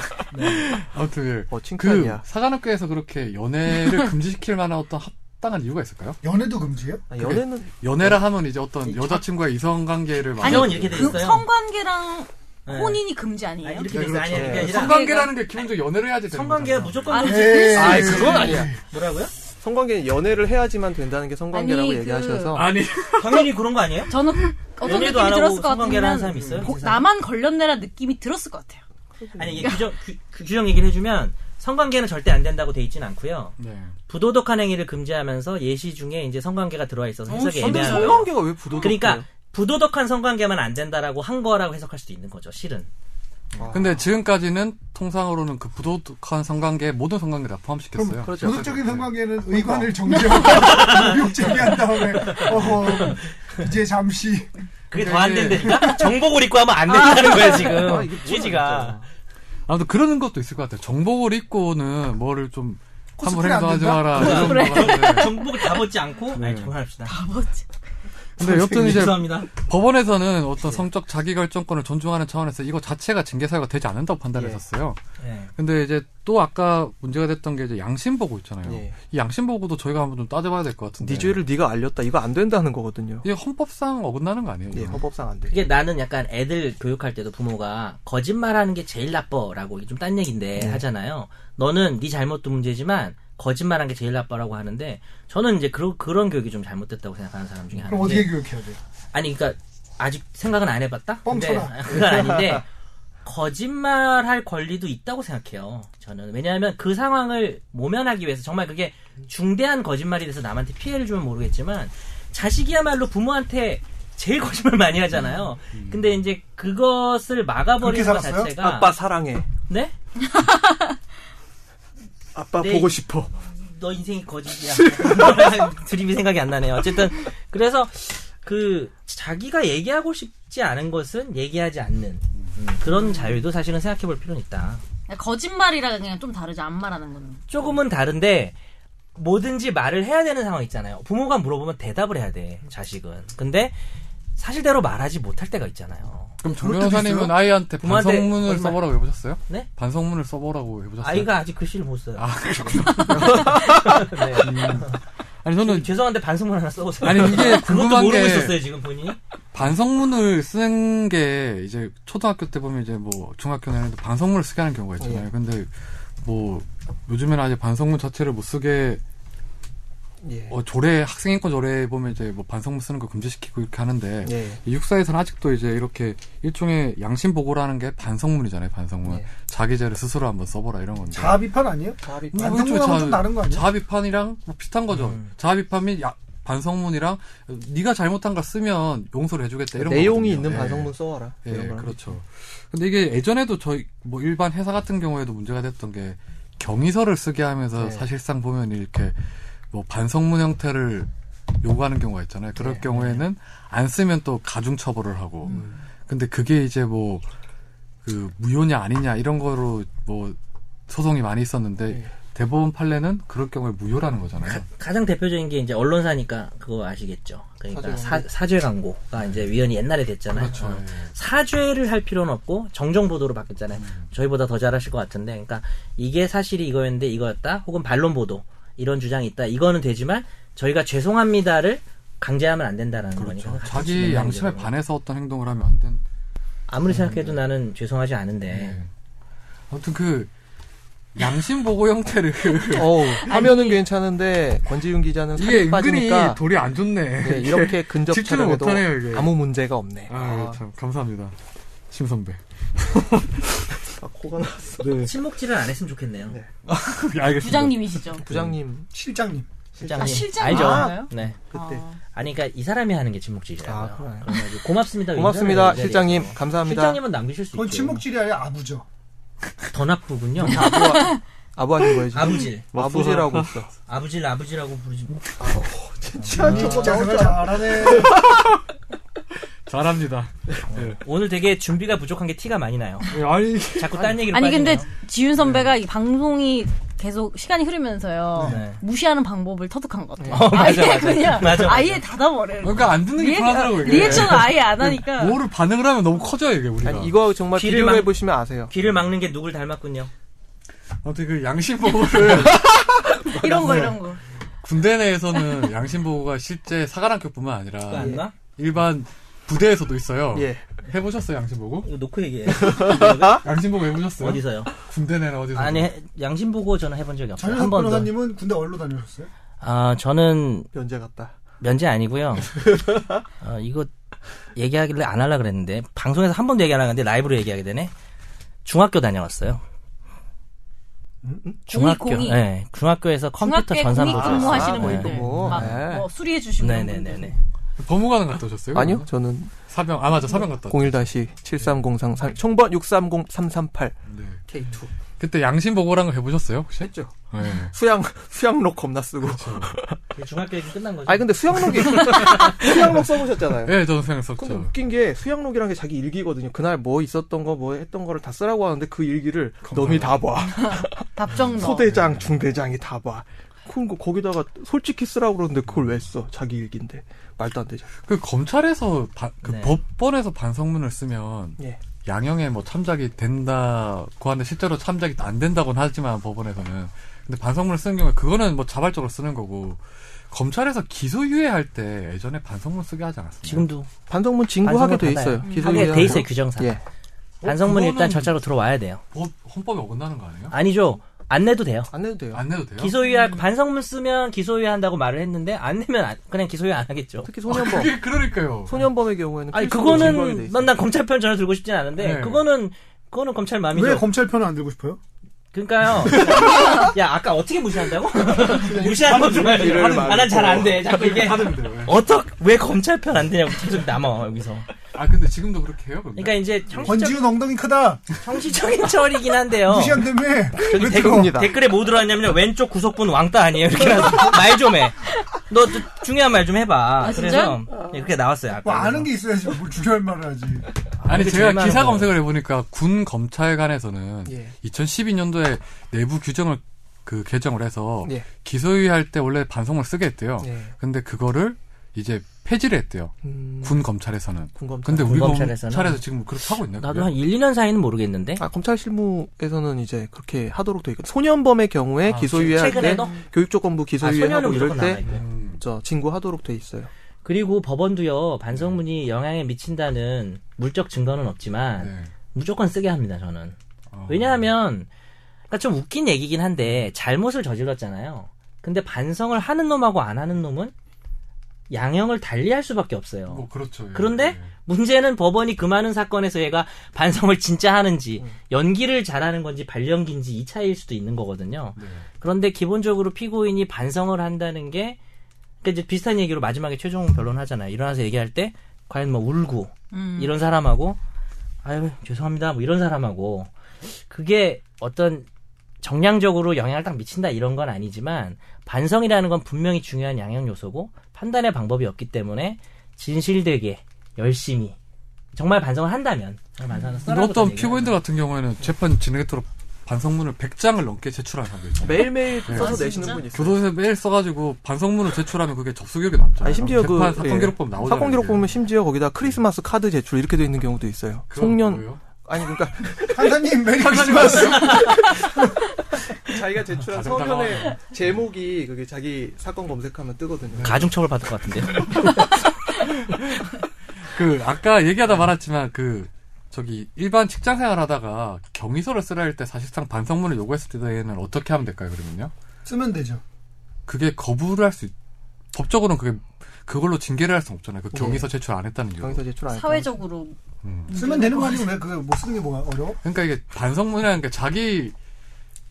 A: 아무튼 예.
C: 어,
A: 그
C: 칭찬이야.
A: 사관학교에서 그렇게 연애를 금지시킬 만한 어떤 합당한 이유가 있을까요?
B: 연애도 금지예요?
C: 아,
D: 그러니까
C: 연애는
A: 연애라 하면 이제 어떤 여자친구와 이성관계를
E: 아니,
D: 정은 이렇게 돼
E: 그
D: 있어요.
E: 성관계랑
D: 네.
E: 혼인이 금지
D: 아,
E: 아니에요?
D: 이렇게 돼서 아니
C: 그렇죠.
D: 그게 아니라
A: 성관계라는 게 기본적으로 연애를 해야지 되는
D: 성관계가
A: 거잖아요.
D: 무조건
E: 아,
D: 금지.
A: 네.
B: 에이.
C: 아이, 그건 아니야.
D: 뭐라고요?
C: 성관계는 연애를 해야지만 된다는 게 성관계라고
E: 아니, 그-
C: 얘기하셔서
A: 아니
D: 당연히 그런 거 아니에요?
E: 저는 어떤 느낌이
D: 연애도 안 하고
E: 들었을 것
D: 성관계를 하는
E: 같으면
D: 사람이 있어요?
E: 고-
D: 세상에?
E: 나만 걸렸네라 느낌이 들었을 것 같아요.
D: 아니 이게 규정 규, 그 규정 얘기를 해주면 성관계는 절대 안 된다고 돼 있지는 않고요.
A: 네.
D: 부도덕한 행위를 금지하면서 예시 중에 이제 성관계가 들어와 있어서 해석이
C: 근데
D: 애매하고요.
C: 성관계가 왜 부도덕해요?
D: 그러니까 부도덕한 성관계만 안 된다라고 한 거라고 해석할 수도 있는 거죠. 실은
B: 아.
A: 근데 지금까지는 통상으로는 그 부도덕한 성관계 모든 성관계 다 포함시켰어요.
C: 그렇죠. 네. 어.
B: 도덕적인 성관계는 의관을 정지하고 의욕 제기한 다음에 어허, 이제 잠시
D: 그게
A: 네.
D: 더 안 된다니까 정복을 입고 하면 안 된다는 거야 지금
C: 아, 이게 뭐야,
D: 취지가.
A: 네. 아무튼 그러는 것도 있을 것 같아요. 정복을 입고는 뭐를 좀 함부로
B: 코스프레 안
A: 행동하지
B: 된다?
A: 마라. 이런 거 같은데.
D: 정복을 다 벗지 않고
A: 네.
D: 아니 정복합시다. 네,
E: 아버지.
A: 근데 여튼 이제
D: 죄송합니다.
A: 법원에서는 어떤 성적 자기결정권을 존중하는 차원에서 이거 자체가 징계 사유가 되지 않는다고 판단했었어요.
D: 네.
A: 근데 이제 또 아까 문제가 됐던 게 이제 양심 보고 있잖아요.
C: 예.
A: 이 양심 보고도 저희가 한번 좀 따져봐야 될 것 같은데.
C: 네 죄를 네가 알렸다 이거 안 된다는 거거든요.
A: 이게 헌법상 어긋나는 거 아니에요?
C: 예,
A: 이거는?
C: 헌법상 안 돼.
D: 그게 나는 약간 애들 교육할 때도 부모가 거짓말하는 게 제일 나빠라고 좀 딴 얘기인데
A: 네.
D: 하잖아요. 너는 네 잘못도 문제지만 거짓말한 게 제일 나빠라고 하는데 저는 이제 그런 그런 교육이 좀 잘못됐다고 생각하는 사람 중에
B: 그럼
D: 하나인데
B: 어떻게 교육해야 돼요?
D: 아니 그러니까 아직 생각은 안 해봤다.
B: 뻥쳐라.
D: 그건 아닌데 거짓말할 권리도 있다고 생각해요. 저는 왜냐하면 그 상황을 모면하기 위해서 정말 그게 중대한 거짓말이 돼서 남한테 피해를 주면 모르겠지만 자식이야말로 부모한테 제일 거짓말 많이 하잖아요. 근데 이제 그것을 막아버리는
B: 음. 그렇게
D: 것
B: 살았어요?
D: 자체가
C: 아빠 사랑해.
D: 네?
C: 아빠
D: 네.
C: 보고 싶어.
D: 너 인생이 거짓이야. 드립이 생각이 안 나네요. 어쨌든 그래서 그 자기가 얘기하고 싶지 않은 것은 얘기하지 않는 음, 그런 자유도 사실은 생각해볼 필요는 있다.
E: 거짓말이랑 그냥 좀 다르지 안 말하는 거는.
D: 조금은 다른데 뭐든지 말을 해야 되는 상황 있잖아요. 부모가 물어보면 대답을 해야 돼 자식은. 근데 사실대로 말하지 못할 때가 있잖아요.
A: 그럼 정
B: 그럴 때도
A: 변호사님은
B: 있어요?
A: 아이한테
D: 부모한테
A: 반성문을
D: 거짓말.
A: 써보라고 해보셨어요?
D: 네?
A: 반성문을 써보라고 해보셨어요?
D: 아이가 아직 글씨를 못 써요.
A: 아, 그렇구나.
D: 네.
A: 아니, 아, 저는
D: 죄송한데 반성문 하나 써보세요.
A: 아니, 이게
D: 그것도
A: 궁금한
D: 모르고
A: 게-
D: 있었어요 지금 본인이.
A: 반성문을 쓰는 게 이제 초등학교 때 보면 이제 뭐 중학교 내에도 반성문을 쓰게 하는 경우가 있잖아요. 근데 뭐 요즘에는 아직 반성문 자체를 못 쓰게
C: 예.
A: 어, 조례 학생인권 조례 보면 이제 뭐 반성문 쓰는 거 금지시키고 이렇게 하는데
C: 예.
A: 이 육사에서는 아직도 이제 이렇게 일종의 양심 보고라는 게 반성문이잖아요. 반성문
C: 예. 자
A: 자기 죄를 스스로 한번 써보라 이런 건데.
B: 자아 비판 아니에요?
C: 합
A: 뭐
B: 반성문하고
A: 일종의
B: 좀 다른 거 아니에요?
A: 자아 비판이랑 뭐 비슷한 거죠.
D: 음.
A: 자아 비판 및 야- 반성문이랑 네가 잘못한 거 쓰면 용서를 해주겠다 이런
C: 내용이
A: 거거든요.
C: 있는
A: 예.
C: 반성문 써와라.
A: 예,
C: 이런 거랑.
A: 그렇죠. 근데 이게 예전에도 저희 뭐 일반 회사 같은 경우에도 문제가 됐던 게 경위서를 쓰게 하면서
C: 네.
A: 사실상 보면 이렇게 뭐 반성문 형태를 요구하는 경우가 있잖아요. 그럴
C: 네.
A: 경우에는 안 쓰면 또 가중 처벌을 하고. 근데 그게 이제 뭐 그 무효냐 아니냐 이런 거로 뭐 소송이 많이 있었는데
C: 네.
A: 대법원 판례는 그럴 경우에 무효라는 거잖아요.
D: 가장 대표적인 게 이제 언론사니까 그거 아시겠죠. 그러니까 사, 사죄 광고가 이제 위헌이 옛날에 됐잖아요.
A: 그렇죠.
D: 어.
A: 예.
D: 사죄를 할 필요는 없고 정정 보도로 바뀌었잖아요.
A: 음.
D: 저희보다 더 잘하실 것 같은데, 그러니까 이게 사실이 이거였는데 이거였다, 혹은 반론 보도 이런 주장이 있다. 이거는 되지만 저희가 죄송합니다를 강제하면 안 된다라는
A: 그렇죠.
D: 그러니까 거니까.
A: 자기 양심에 반해서 어떤 행동을 하면 안 된다. 음.
D: 아무리 생각해도 나는 죄송하지 않은데.
A: 네. 아무튼 그 양심 보고 형태를 그
C: 어우, 하면은 괜찮은데 권지윤 기자는
A: 예. 이게
C: 살이
A: 은근히
C: 빠지니까
A: 돌이 안 좋네.
C: 네, 이렇게 근접
A: 집중을
C: 촬영해도
A: 못하네요, 이게.
C: 아무 문제가 없네.
A: 아, 참 감사합니다. 심 선배.
C: 아, 코가 나.
A: 네.
D: 침묵질을 안 했으면 좋겠네요.
C: 네.
A: 예, 알겠습니다.
E: 부장님이시죠.
C: 부장님
B: 실장님.
D: 실장님.
E: 아, 실장
D: 알죠?
E: 아,
D: 네.
C: 그때
E: 아.
D: 아니, 그러니까 이 사람이 하는 게 침묵질이라고요.
C: 아, 그래요?
D: 그래가지고 고맙습니다.
C: 고맙습니다,
D: 인사를 해야
C: 실장님.
D: 되겠죠.
C: 감사합니다.
D: 실장님은 남기실 수
B: 그건
D: 있죠.
B: 침묵질이 아니라 아부죠.
D: 더 나쁘군요.
C: 아부하, 그- 아부하신 거예요, 지금?
D: 아부질,
C: 아부지라고 있어.
D: 아부질, 아부질하고 부르지. 뭐.
B: 직장생활 음, 잘하네.
A: 잘합니다.
D: 오늘 되게 준비가 부족한 게 티가 많이 나요.
A: 예, 아니
D: 자꾸 딴 얘기로
E: 아니
D: 빠지네요.
E: 근데 지윤 선배가 이 방송이 계속 시간이 흐르면서요
D: 네.
E: 무시하는 방법을 터득한 것 같아요.
D: 어, 맞아,
E: 아예
D: 맞아.
E: 그냥
D: 맞아, 맞아.
E: 아예 닫아버려요.
A: 그러니까 안 듣는 게 편하더라고요. 이게. 그
E: 리액션 을 아예 안 하니까
A: 뭐를 반응을 하면 너무 커져요 이게 우리가.
C: 아니, 이거 정말
D: 귀를
C: 비디오로
D: 막-
C: 해보시면 아세요.
D: 귀를 막는 게 누굴 닮았군요.
A: 아무튼 그 양심 보고를
E: 이런 거 이런 거.
A: 군대 내에서는 양심 보고가 실제 사관학교뿐만 아니라
D: 안 나?
A: 일반 부대에서도 있어요.
C: 예.
A: 해보셨어요 양심 보고?
D: 이거 놓고 얘기해.
A: 양심 보고 해보셨어요?
D: 어디서요?
A: 군대 내나 어디서?
D: 아니 해- 양심 보고 저는 해본 적이 없어요.
B: 전현석
D: 한 번도.
B: 변호사님은 군대 얼로 다녀오셨어요?
D: 아 저는
C: 면제 같다.
D: 면제 아니고요. 어, 이거 얘기하길래 안 하려 그랬는데 방송에서 한 번도 얘기 안 하는데 라이브로 얘기하게 되네. 중학교 다녀왔어요. 중학교,
E: 공익, 공익.
D: 네, 중학교에서 컴퓨터 네.
E: 중학교에
D: 전산
E: 공익
D: 보조.
E: 근무하시는
C: 아,
E: 분들
C: 공익근무.
E: 막
C: 네.
E: 뭐 수리해 주시는 분들
D: 네네네네.
A: 법무관은 갔다 오셨어요?
C: 아니요,
A: 그러면?
C: 저는
A: 사병, 아, 맞아, 사병 갔다 왔어요.
C: 01-73033, 총번 630338
A: 네.
C: K2.
A: 그때 양심 보고라는 거 해보셨어요, 혹시?
C: 했죠.
A: 네.
C: 수양, 수양록 겁나 쓰고.
D: 중학교 얘기 끝난 거죠.
C: 아니, 근데 수양록이, 수양록 써보셨잖아요.
A: 예, 저도
C: 근데
A: 생각했었죠.
C: 웃긴 게 수양록이란 게 자기 일기거든요. 그날 뭐 있었던 거, 뭐 했던 거를 다 쓰라고 하는데 그 일기를 놈이 다 봐.
E: 답정 넣
C: 소대장, 중대장이 다 봐. 그럼 그 거기다가 솔직히 쓰라고 그러는데 그걸 왜 써? 자기 일기인데. 말도 안 되죠.
A: 그 검찰에서, 바- 그
D: 네.
A: 법원에서 반성문을 쓰면
C: 예.
A: 양형에 뭐 참작이 된다고 하는데 실제로 참작이 안 된다고는 하지만 법원에서는. 근데 반성문을 쓰는 경우에 그거는 뭐 자발적으로 쓰는 거고 검찰에서 기소유예할 때 예전에 반성문 쓰게 하지 않았어요?
D: 지금도
C: 반성문 진구하게 돼 있어요.
D: 반성문
C: 기소
D: 하게
C: 아, 유예하고.
D: 돼 있어요 규정상.
C: 예.
D: 반성문 일단
A: 그거는-
D: 절차로 들어와야 돼요.
A: 법, 헌법에 어긋나는 거 아니에요?
D: 아니죠. 안 내도 돼요.
C: 안 해도 돼요.
A: 안 내도 돼요?
D: 기소유예 반성문 쓰면 기소유예한다고 말을 했는데 안 내면 안- 그냥 기소유예 안 하겠죠.
C: 특히
A: 아,
C: 소년범.
A: 그게 그러니까요.
C: 소년범의 경우에는
D: 아니
C: 필수로 징벌이 돼
D: 그거는
C: 있어요.
D: 난, 난 검찰 편전을 들고 싶진 않은데
A: 네.
D: 그거는 그거는 검찰 마음이죠.
B: 왜 검찰 편을 안 들고 싶어요?
D: 그러니까요. 야 아까 어떻게 무시한다고? 무시하는 거좀
C: 일을
D: 알려.
C: 많이
D: 나는 잘 안 돼. 자꾸 이게
A: 하던데 왜?
D: 어떻 왜 검찰 편 안 되냐고 계속 남아 여기서.
A: 아 근데 지금도 그렇게 해요? 근데?
D: 그러니까 이제 형식적,
B: 권지훈 엉덩이 크다.
D: 형식적인 처리이긴 한데요.
B: 무시한 다에
C: 그
D: 저기
C: 들어옵니다.
D: 댓글에 뭐 들어왔냐면요. 왼쪽 구석분 왕따 아니에요. 이렇게 말 좀 해. 너좀 중요한 말 좀 해봐.
E: 아,
D: 그래서
E: 진짜?
D: 네, 그렇게 나왔어요. 아까.
B: 뭐 아는 게 있어야지 뭘 중요한 말을 하지.
A: 아니
D: 그게
A: 제가
D: 제일 많은
A: 기사
D: 거예요.
A: 검색을 해보니까 군 검찰관에서는
C: 예.
A: 2012년도에 내부 규정을 그 개정을 해서
C: 예.
A: 기소유예할 때 원래 반성문을 쓰게 했대요.
C: 예.
A: 근데 그거를 이제 폐지를 했대요.
C: 음,
A: 군 검찰에서는.
C: 군검찰.
A: 근데 우리
D: 군검찰에서는?
A: 검찰에서 지금 뭐 그렇게 하고 있나요?
D: 나도
A: 그게?
D: 한 1, 2년 사이는 모르겠는데.
C: 아, 검찰 실무에서는 이제 그렇게 하도록 돼 있고 소년범의 경우에
A: 아,
C: 기소유예할 때
D: 최근에도?
C: 교육조건부 기소유예하고
D: 소년은
C: 이럴
D: 무조건
C: 때
D: 남아있고요.
A: 음.
C: 저 친구하도록 돼 있어요.
D: 그리고 법원도요. 반성문이 영향에 미친다는 물적 증거는 없지만
A: 네.
D: 무조건 쓰게 합니다. 저는.
A: 어.
D: 왜냐하면 그러니까 좀 웃긴 얘기긴 한데 잘못을 저질렀잖아요. 근데 반성을 하는 놈하고 안 하는 놈은 양형을 달리할 수밖에 없어요.
A: 뭐 그렇죠. 예.
D: 그런데 문제는 법원이 그 많은 사건에서 얘가 반성을 진짜
A: 음.
D: 하는지 연기를 잘하는 건지 발령기인지 이차일 수도 있는 거거든요.
A: 네.
D: 그런데 기본적으로 피고인이 반성을 한다는 게 그러니까 이제 비슷한 얘기로 마지막에 최종 변론 하잖아요. 일어나서 얘기할 때 과연 뭐 울고
E: 음.
D: 이런 사람하고 아유 죄송합니다 뭐 이런 사람하고 그게 어떤 정량적으로 영향을 딱 미친다 이런 건 아니지만 반성이라는 건 분명히 중요한 양형 요소고 판단의 방법이 없기 때문에 진실되게 열심히 정말 반성을 한다면 정말 반성을
A: 근데
D: 써라고
A: 어떤
D: 저는
A: 피고인들 같은 경우에는 재판 진행하도록 반성문을 100장을 넘게 제출한 사람도 있잖아요.
C: 매일매일
E: 아,
C: 써서
E: 진짜?
C: 내시는 분이 있어요.
A: 교도소에 매일 써가지고 반성문을 제출하면 그게 접수 기록이 남잖아요.
C: 아니 심지어 그
A: 재판 사건
C: 예.
A: 기록법 나오잖아요.
C: 사건 기록
A: 이게.
C: 보면 심지어 거기다 크리스마스 카드 제출 이렇게 돼 있는 경우도 있어요.
A: 그건
C: 송년
A: 뭐예요?
C: 아니 그러니까
B: 판사님 메리 크리스마스.
C: 자기가 제출한
A: 가정 당황하네.
C: 서면의 제목이 그게 자기 사건 검색하면 뜨거든요.
D: 가중처벌 받을 것 같은데요.
A: 네. 그 아까 얘기하다 말았지만 그 저기 일반 직장 생활하다가 경위서를 쓰라 할 때 사실상 반성문을 요구했을 때에는 어떻게 하면 될까요? 그러면요?
B: 쓰면 되죠.
A: 그게 거부를 할 수 있... 법적으로는 그게 그걸로 징계를 할 수 없잖아요. 그 경위서 제출 안 했다는 이유.
C: 네. 경위서 제출 안 했다.
E: 사회적으로
D: 음.
B: 쓰면 되는 거 아니고 왜 그걸 못 쓰는 게 뭐가 어려워?
A: 그러니까 이게 반성문이라는 게 자기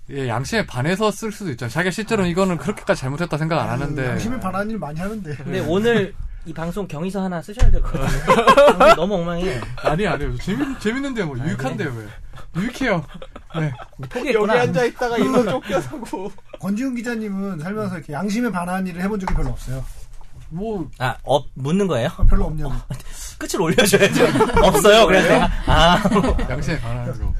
A: 예, 양심에 반해서 쓸 수도 있잖아요. 자기가 실제로는 이거는 그렇게까지 잘못했다 생각
C: 아,
A: 안 하는데.
C: 네.
B: 양심을 반하는 일 많이 하는데.
D: 근데 오늘 이 방송 경위서 하나 쓰셔야 될 것 같아요. 오늘 너무 엉망이에요.
A: 아니 아니요. 재밌 재밌는데
C: 아, 네.
A: 뭐 유익한데요 왜? 유익해요. 네.
D: 포기했구나.
C: 있다가 이거 쫓겨서고.
B: 권지훈 기자님은 살면서 이렇게 양심에 반하는 일을 해본 적이 별로 없어요.
A: 뭐
D: 아, 업 묻는 거예요?
B: 아, 별로 없냐고.
D: 끝을 올려줘야죠. 없어요. 그래서 내가 아
A: 양심에 반하는 거.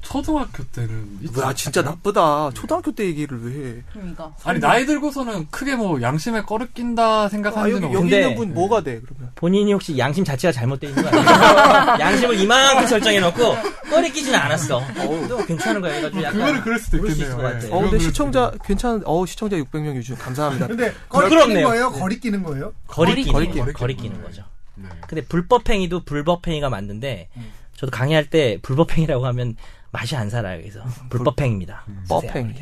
A: 초등학교 때는 있지
C: 와 진짜
A: 않을까요?
C: 나쁘다. 초등학교 때 얘기를 왜 해?
E: 그러니까
A: 아니 나이 들고서는 크게 뭐 양심에 꺼를 낀다
C: 아,
A: 생각하는지는
C: 여기,
A: 없
C: 여기
D: 근데-
C: 있는 분 뭐가 돼 그러면?
D: 본인이 혹시 양심 자체가 잘못돼 있는 거 아니에요? 양심을 이만큼 설정해놓고 꺼리 끼지는 않았어. 또 괜찮은 거야. 그래가지고 약간
A: 그거는 그럴 수도
D: 그럴 수 있을
A: 있겠네요.
D: 것
A: 예.
D: 같아.
C: 어
A: 이건
C: 근데
A: 그렇지.
C: 시청자 괜찮은. 어 시청자 600명 유지 감사합니다.
B: 근데 거리 끼는
D: 부끄럽네요.
B: 거예요? 거리 끼는 거예요?
D: 거리 끼는
C: 거리
D: 거리,
C: 끼는
D: 끼는,
A: 거리 끼는
D: 거죠.
A: 네.
D: 근데 불법행위도 불법행위가 맞는데 저도 강의할 때 불법행위라고 하면
C: 음.
D: 맛이 안 살아요. 그래서 불법행위입니다.
C: 법 행위.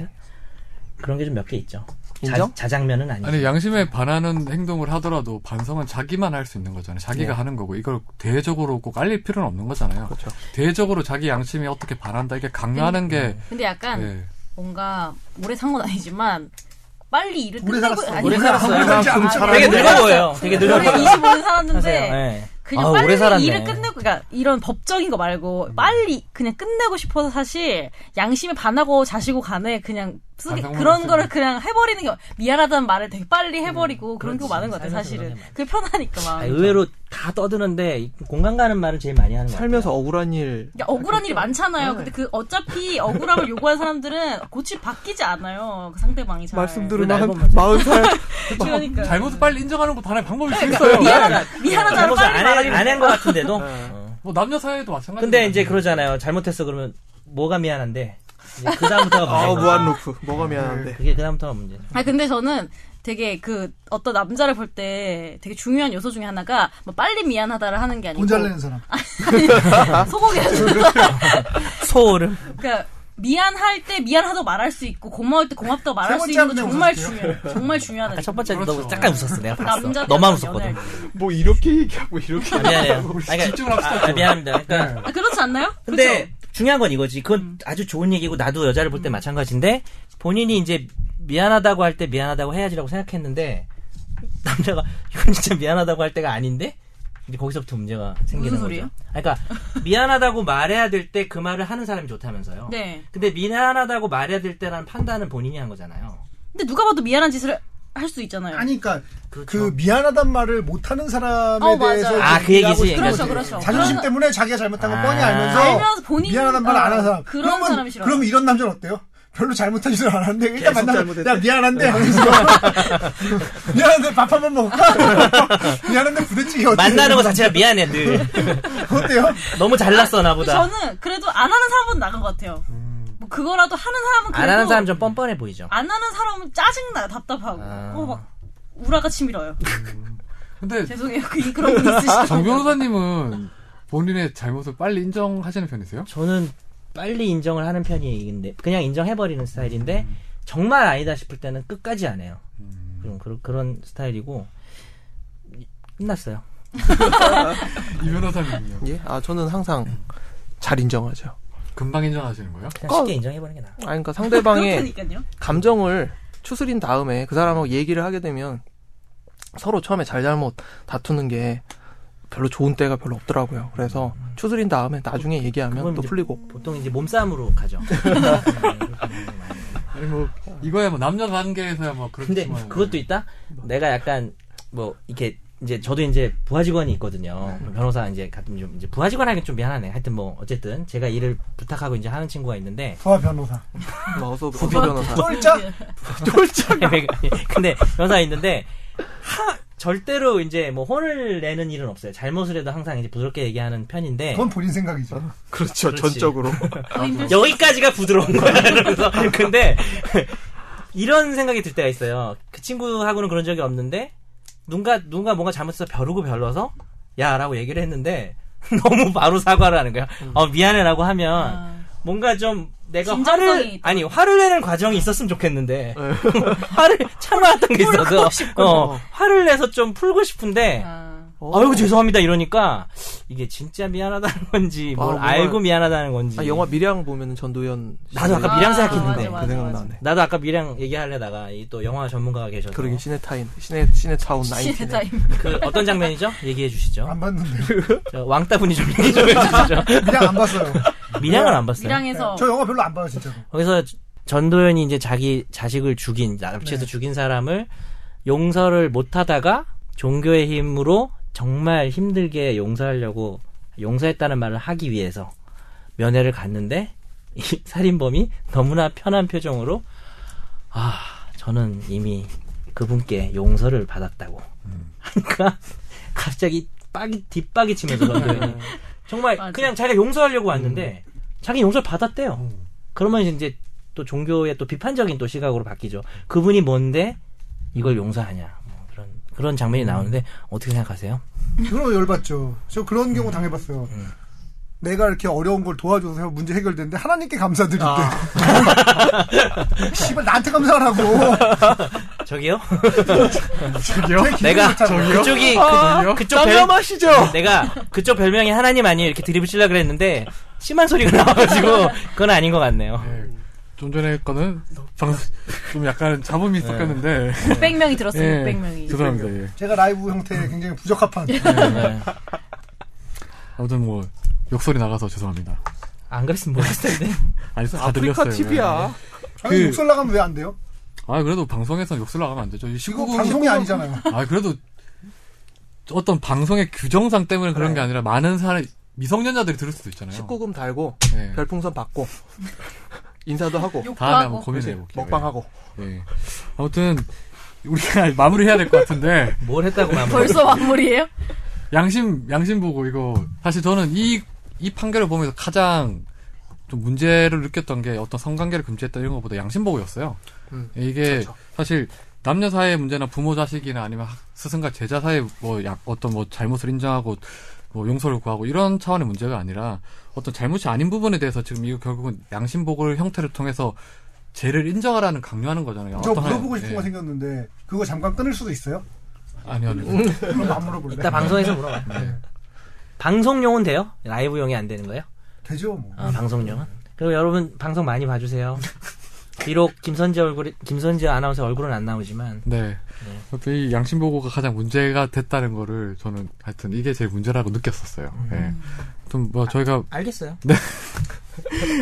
D: 그런 게 좀 몇 개 있죠.
C: 인정?
D: 자, 장면은 아니죠.
A: 아니 양심에 반하는 행동을 하더라도 반성은 자기만 할 수 있는 거잖아요. 자기가
D: 네.
A: 하는 거고 이걸 대외적으로 꼭 알릴 필요는 없는 거잖아요.
C: 그렇죠.
A: 대외적으로 자기 양심이 어떻게 반한다 이게 강요하는 게
E: 근데
D: 음.
E: 약간
D: 네.
A: 예.
E: 뭔가 오래 산 건 아니지만 빨리 일을
B: 오래
E: 끝내고
B: 살았어.
E: 뭐 아니,
D: 오래
E: 그냥-
D: 살았어요.
E: 아,
B: 그만큼
E: 아니,
B: 살았어.
D: 되게
E: 오래
D: 늙어
E: 살았어.
D: 보여요. 되게 늙어
E: 올해
D: 보여요.
E: 25년 살았는데
D: 네.
E: 그냥
D: 아,
E: 빨리
D: 오래 살았네. 음.
E: 일을 끝내고 그러니까 이런 법적인 거 말고 빨리 그냥 끝내고 싶어서 사실 양심에 반하고 자시고 간에 그냥 쓰기
A: 반성문
E: 그런
A: 쓰기.
E: 거를 그냥 해버리는 게 미안하다는 말을 되게 빨리 해버리고 그런 게
D: 음, 그렇지.
E: 많은 것 같아요
D: 살면서 그런
E: 사실은
D: 게 많아.
E: 그게 편하니까 막
D: 아, 의외로 다 떠드는데 이- 공감 가는 말을 제일 많이 하는 거 같아요.
C: 살면서 억울한 일
E: 그러니까 억울한 일이
D: 그렇죠.
E: 많잖아요.
D: 네.
E: 근데 그 어차피 억울함을 요구하는 사람들은 고치 바뀌지 않아요. 그 상대방이 잘.
C: 말씀
D: 우리
C: 들으면 한
D: 앨범 맞아.
C: 마흔 살
E: 그러니까
D: 어,
A: 잘못을 빨리 인정하는 것도 하나의 방법일 수
D: 네.
A: 있어요.
E: 미안하다. 미안하다. 네.
D: 잘못을
E: 빨리 말하기.
D: 안한 것 같은데도. 어.
A: 뭐 남녀 사이에도 마찬가지.
D: 근데 이제 그러잖아요. 잘못했어 그러면 뭐가 미안한데 그 다음부터가
C: 아
D: 문제죠.
C: 무한 루프 뭐가 미안한데
D: 그게 그 다음부터가 문제죠.
E: 아 근데 저는 되게 그 어떤 남자를 볼 때 되게 중요한 요소 중에 하나가 뭐 빨리 미안하다를 하는 게 아니고 아,
B: 돈 잘 내는 사람.
E: 소고기
D: 소름.
E: 그러니까 미안할 때 미안하다고 말할 수 있고 고마울 때 고맙다고 말할
B: 세
E: 수
B: 번째
E: 있는 거
B: 하면
E: 정말
B: 웃을게요.
E: 중요해. 정말 중요하다.
D: 아까 첫 번째
A: 그렇죠.
D: 너 잠깐 웃었어. 내가 봤어.
E: 남자
D: 너만
E: 때문에
D: 웃었거든.
E: 연애할 때.
C: 뭐 이렇게 얘기하고 이렇게
D: 아, 미안해요. 아니, 그러니까-
A: 뭐 집중을 합시다.
D: 아, 아,
C: 네.
D: 미안합니다. 그러니까
E: 아, 그렇지 않나요? 그렇죠.
D: 근데
E: 그쵸?
D: 중요한 건 이거지. 그건 아주 좋은 얘기고 나도 여자를
E: 음.
D: 볼 때 마찬가지인데 본인이 이제 미안하다고 할 때 미안하다고 해야지라고 생각했는데 남자가 이건 진짜 미안하다고 할 때가 아닌데 이제 거기서부터 문제가 생기는
E: 무슨 소리예요?
D: 거죠. 아, 그러니까 미안하다고 말해야 될 때 그 말을 하는 사람이 좋다면서요.
E: 네.
D: 근데 미안하다고 말해야 될 때라는 판단은 본인이 한 거잖아요.
E: 근데 누가 봐도 미안한 짓을 할 수 있잖아요.
B: 아니 그러니까 그
D: 그렇죠.
B: 미안하단 말을 못하는 사람에
E: 어, 맞아.
B: 대해서
D: 아, 그
B: 얘기하고
D: 얘기지.
B: 싶은
E: 그렇죠,
B: 거지.
E: 그렇죠.
B: 자존심
E: 그런-
B: 때문에 자기가 잘못한 걸
D: 아.
B: 뻔히 알면서,
E: 알면서 본인- 아,
B: 미안하단 말을 안 하는 사람.
E: 그런
B: 그러면-
E: 사람이 싫어.
B: 그럼 이런 남자는 어때요? 별로 잘못한 짓을 안 하는데 일단
C: 계속
B: 만나면
C: 잘못했대. 네.
B: 야 미안한데 하면서 미안한데 밥 한 번 먹을까? 미안한데 부대찌개 어때?
D: 만나는 거 자체가 미안해 늘.
B: 어때요?
D: 너무 잘났어
E: 근데
D: 나보다.
E: 저는 그래도 안 하는 사람은 나간 것 같아요. 뭐 그거라도 하는 사람은 그래도
D: 안 하는 사람 좀 뻔뻔해 보이죠.
E: 안 하는 사람은 짜증나요. 답답하고.
D: 아.
E: 어, 막 우라가 치밀어요.
A: 근데
E: 죄송해요. 그- 그런 분 있으시죠?
A: 아, 정 변호사님은 본인의 잘못을 빨리 인정하시는 편이세요?
D: 저는 빨리 인정을 하는 편이긴데 그냥 인정해버리는 스타일인데
C: 음.
D: 정말 아니다 싶을 때는 끝까지 안 해요. 그런 그런, 그런 스타일이고 이- 끝났어요.
A: 이 변호사님은요?
C: 예? 아 저는 항상
D: 음.
C: 잘 인정하죠
A: 금방 인정하시는 거예요?
D: 그냥
E: 어.
D: 쉽게 인정해버리는 게 나아.
C: 아 그러니까 상대방의
E: 그렇다니까요.
A: 아,
C: 감정을 추스린 다음에 그 사람하고 얘기를 하게 되면 서로 처음에 잘잘못 다투는 게 별로 좋은 때가 별로 없더라고요. 그래서 추스린 다음에 나중에 얘기하면
D: 어, 그건
C: 또
D: 이제
C: 풀리고.
D: 보통 이제 몸싸움으로 가죠. 네,
A: 아니 뭐 이거야 뭐 남녀 관계에서야 뭐
D: 근데
A: 그렇지만
D: 그것도 있다. 내가 약간 뭐 이렇게 이제 저도 이제 부하 직원이 있거든요.
A: 음.
D: 변호사 이제 같은 좀 이제 부하 직원 하긴 좀 미안하네. 하여튼 뭐 어쨌든 제가 일을 부탁하고 이제 하는 친구가 있는데
B: 부하 어, 변호사.
E: 네.
D: 음.
C: 막 어서 부비 변호사.
B: 쫄자?
C: 쫄쫄.
D: 근데 변호사 있는데 하 절대로 이제 뭐 혼을 내는 일은 없어요. 잘못을 해도 항상 이제 부드럽게 얘기하는 편인데
B: 그건 본인 생각이죠.
C: 그렇죠.
D: 그렇지.
C: 전적으로.
A: 뭐.
D: 여기까지가 부드러운 거야. 이러면서 근데 이런 생각이 들 때가 있어요. 그 친구하고는 그런 적이 없는데 누가 누가 뭔가 잘못해서 벼르고 별러서 야라고 얘기를 했는데 너무 바로 사과를 하는 거야. 어 미안해라고 하면
E: 아,
D: 뭔가 좀 내가
E: 진정성이
D: 화를
E: 있다.
D: 아니 화를 내는 과정이 있었으면 좋겠는데 화를 참아왔던 게 있어서 어, 화를 내서 좀 풀고 싶은데
E: 아.
C: 어.
D: 아이고 죄송합니다 이러니까 이게 진짜 미안하다는 건지
C: 아,
D: 뭘
C: 뭔가-
D: 알고 미안하다는 건지
C: 아, 영화 미량 보면은 전도연. 씨.
D: 나도 아까 미량 생각했는데.
E: 아,
C: 그
E: 맞아, 맞아, 맞아.
C: 생각나네.
D: 나도 아까 미량 얘기하려다가 이 또 영화 전문가가 계셔서
C: 그러게 시내 타임. 시내 시내 차운 나인틴.
E: 진짜
D: 그 어떤 장면이죠? 얘기해 주시죠.
C: 아.
B: 안 봤는데.
D: 저 왕따분이 좀 얘기 좀 해주시죠.
B: 그냥 안 봤어요. 네.
D: 미량을 안 봤어요.
E: 미량에서
B: 저 영화 별로 안 봐요, 진짜로.
D: 거기서 전도연이 이제 자기 자식을 죽인 납치해서
C: 네.
D: 죽인 사람을 용서를 못하다가 종교의 힘으로 정말 힘들게 용서하려고 용서했다는 말을 하기 위해서 면회를 갔는데 이 살인범이 너무나 편한 표정으로 아 저는 이미 그분께 용서를 받았다고 하니까 갑자기 빡이 뒷박이 치면서 전도연이 정말
E: 맞아.
D: 그냥 자기가 용서하려고 왔는데 자기 용서를 받았대요. 그러면 이제 또 종교의 또 비판적인 또 시각으로 바뀌죠. 그분이 뭔데 이걸 용서하냐 뭐 그런 그런 장면이 나오는데 어떻게 생각하세요?
B: 그럼 열받죠. 저 그런
D: 음.
B: 경우 당해봤어요. 내가 이렇게 어려운 걸 도와줘서 문제 해결됐는데
D: 아.
B: 하나님께 감사드린대. 씨발 나한테 감사하라고.
D: 저기요?
B: 저기요?
D: 내가 그쪽이 그, 그쪽 별
C: 짬짬하시죠?
D: 내가 그쪽 별명이 하나님 아니에요 이렇게 드립을 치려 그랬는데 심한 소리가 나와가지고 그건 아닌 것 같네요.
A: 좀 전에 거는 방금 좀 약간 잡음이 섞였는데
E: 600명이 들었어요.
A: 예.
E: 600명이.
A: 네. 죄송합니다. 예.
B: 제가 라이브 형태에 굉장히 부적합한
D: 네.
A: 아무튼 뭐 욕설이 나가서 죄송합니다.
D: 안 그랬으면 모르겠을 텐데.
A: 아니 다
C: 아프리카
A: 들렸어요.
C: TV야.
B: 아니,
A: 그-
B: 욕설 나가면 왜 안 돼요?
A: 아 그래도 방송에서 욕설 나가면 안 되죠. 이
B: 이거
A: 19금
B: 방송이 아니잖아요.
A: 아 그래도 어떤 방송의 규정상 때문에 그런 게 아니라 많은 사람 미성년자들이 들을 수도 있잖아요.
C: 19금 네. 달고
A: 예.
C: 별풍선 받고 인사도 하고
A: 다음에 한번
E: 욕하고.
A: 고민해 볼게요.
C: 먹방하고
A: 예. 아무튼 우리가 마무리해야 될 것 같은데
D: 뭘 했다고 마무리.
E: 벌써 마무리예요?
A: 양심 양심 보고 이거 사실 저는 이 이 판결을 보면서 가장 좀 문제를 느꼈던 게 어떤 성관계를 금지했다 이런 것보다 양심 보고였어요.
C: 음,
A: 이게
C: 그렇죠.
A: 사실 남녀 사이의 문제나 부모 자식이나 아니면 학- 스승과 제자 사이의 뭐 약- 어떤 뭐 잘못을 인정하고 뭐 용서를 구하고 이런 차원의 문제가 아니라 어떤 잘못이 아닌 부분에 대해서 지금 이거 결국은 양심 보고를 형태를 통해서 죄를 인정하라는 강요하는 거잖아요.
B: 저
A: 어떤 한-
B: 물어보고 싶은
A: 예.
B: 거 생겼는데 그거 잠깐 끊을 수도 있어요?
A: 아니요, 아니요.
B: 그럼 안 물어볼래?
D: 이따 방송에서 물어봐. 방송용은 돼요? 라이브용이 안 되는 거예요?
B: 되죠 뭐.
D: 아, 방송용은? 그리고 여러분 방송 많이 봐주세요. 비록 김선재 얼굴, 김선재 아나운서 얼굴은 안 나오지만
A: 네. 아무튼 이 양심 보고가 가장 문제가 됐다는 거를 저는 하여튼 이게 제일 문제라고 느꼈었어요.
D: 음.
A: 예. 좀 뭐 저희가
D: 알겠어요.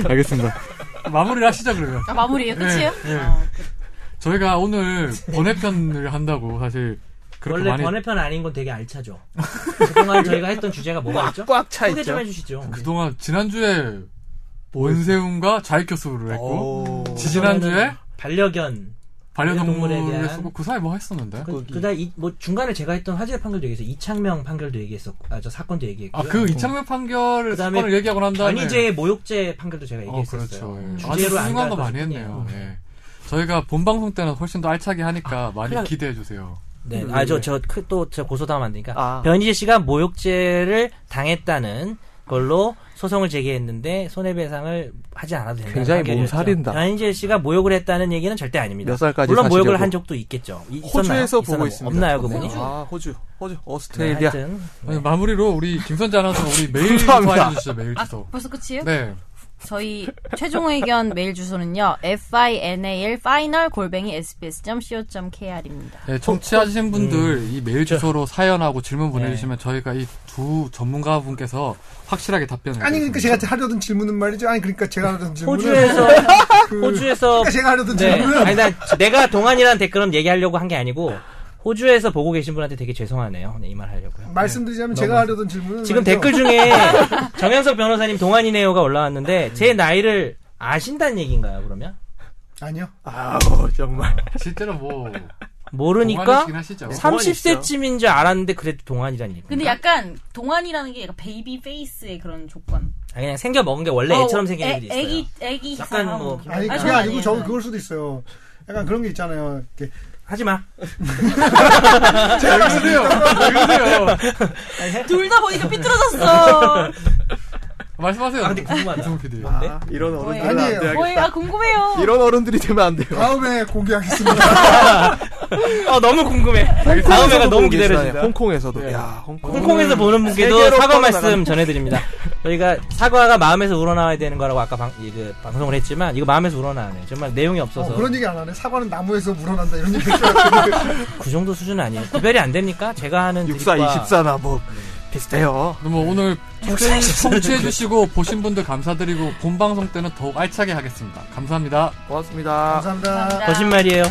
A: 알겠습니다. 마무리를 하시죠 그러면.
E: 아, 마무리예요? 끝이에요?
A: 예.
E: 아,
A: 저희가 오늘 번외편을 한다고 사실 그렇게
D: 네. 원래
A: 많이
D: 번외편 아닌 건 되게 알차죠. 그동안 저희가 했던 주제가 뭐가 있죠?
C: 꽉 차
D: 소개
C: 있죠.
D: 좀 해주시죠.
A: 그동안 지난주에
D: 뭐
A: 원세훈과 자익 교수를
D: 어,
A: 했고
C: 오.
A: 지지난주에
D: 반려견.
A: 반려동물에
D: 반려동물에 대한-
A: 했었고 그 사이 뭐 했었는데.
D: 그,
C: 거기.
D: 그다음 이, 뭐 중간에 제가 했던 화재 판결도 얘기해서 이창명 판결도 얘기했었고, 아 저 사건도 얘기했고.
A: 아 그 이창명 판결
D: 그다음에
A: 사건을 얘기하고 난 다음에
D: 변희재의 모욕죄 판결도 제가
A: 어,
D: 얘기했었어요.
A: 그렇죠. 예. 아주
D: 주제로
A: 훌륭한 거
D: 안
A: 많이
D: 가거든요.
A: 했네요. 예. 저희가 본 방송 때는 훨씬 더 알차게 하니까 많이
D: 그냥-
A: 기대해 주세요.
D: 네,
C: 왜,
D: 아 저
C: 왜?
D: 저 또 저 고소당하면 안 되니까
C: 아.
D: 변희재 씨가 모욕죄를 당했다는 걸로 소송을 제기했는데 손해배상을 하지 않아도 된다.
C: 굉장히 몸살인다.
D: 변희재 씨가 모욕을 했다는 얘기는 절대 아닙니다.
C: 몇 살까지
D: 물론
C: 사시려고.
D: 모욕을 한 적도 있겠죠. 이- 있었나요?
C: 호주에서
D: 있었나?
C: 보고 있습니다.
D: 없나요 그분이?
C: 네. 아 호주, 호주,
D: 네,
C: 오스트레일리아.
D: 하여튼
A: 아니, 마무리로 우리 김선재 아나운서 우리 메일 주소
C: 감사합니다.
A: 알려주시죠 메일
E: 아,
A: 주소.
E: 벌써 끝이에요?
A: 네.
E: 저희 최종 의견 메일 주소는요. final final 골뱅이 sbs.co.kr입니다.
A: 네,
D: 어,
A: 청취하신 분들 이 메일 주소로 사연하고 질문 보내주시면 저희가 이 두 전문가분께서 확실하게 답변을.
B: 아니 그러니까 제가
A: 해드리겠습니다.
B: 하려던 질문은 말이죠. 아니 그러니까 제가 하려던 질문은
D: 호주에서
B: 그-
D: 호주에서
B: 그러니까 제가 하려던
D: 네.
B: 질문은
D: 아니 난 내가 동안이라는 댓글은 얘기하려고 한 게 아니고 호주에서 보고 계신 분한테 되게 죄송하네요. 네, 이 말 하려고요.
B: 말씀드리자면 제가 하려던 질문은
D: 네. 지금
B: 말이죠.
D: 댓글 중에 정현석 변호사님 동안이네요가 올라왔는데 제 나이를 아신다는 얘기인가요 그러면?
B: 아니요.
C: 아우 정말.
A: 실제로 뭐
D: 모르니까
A: 동안이시긴 하시죠.
D: 30세쯤인 줄 알았는데 그래도 동안이라는 얘기.
E: 근데 약간 동안이라는 게 약간 베이비 페이스의 그런 조건.
D: 아, 그냥 생겨 먹은 게 원래 애처럼 생긴
E: 어, 애-
D: 애들이 있어요.
E: 애기 애기
D: 약간
E: 이상한
D: 뭐-
E: 느낌.
B: 아니
E: 아니,
B: 그게
E: 저는
B: 아니고
E: 아니에요.
B: 저 그럴 수도 있어요. 약간 그런 게 있잖아요. 이렇게
D: 하지 마.
A: 제가 말씀드려요. 네, 그러세요.
E: 둘다 보니까 삐뚤어졌어.
A: 말씀하세요.
D: 아, 네? 근데 궁금하다.
A: 이승훈 PD.
C: 아, 이런 어른들은 안
B: 아니에요.
C: 돼요.
E: 뭐예요? 아 궁금해요.
C: 이런 어른들이 되면 안 돼요.
B: 다음에 공개하겠습니다.
D: 어, 너무 궁금해. 다음
C: 홍콩에서도
D: 애가 너무
C: 보고
D: 기다려진다.
C: 계시나요? 홍콩에서도.
A: 네.
C: 야, 홍콩.
D: 홍콩에서 보는 분께도
C: 음, 세계로
D: 사과
C: 뻗어나가는-
D: 말씀 전해드립니다. 저희가 사과가 마음에서 우러나와야 되는 거라고 아까 방, 이, 그 방송을 했지만 이거 마음에서 우러나네요. 정말 내용이 없어서
B: 어, 그런 얘기 안 하네. 사과는 나무에서 물어난다 이런 얘기. 했어요.
D: 그 정도 수준 아니에요. 구별이 안 됩니까? 제가 하는
C: 64,
D: 드립과
C: 24나 뭐 비슷해요.
A: 그럼 뭐 오늘
D: 네,
A: 청취해 주시고 보신 분들 감사드리고 본 방송 때는 더욱 알차게 하겠습니다. 감사합니다.
C: 고맙습니다.
B: 감사합니다. 아,
E: 감사합니다.
D: 거짓말이에요.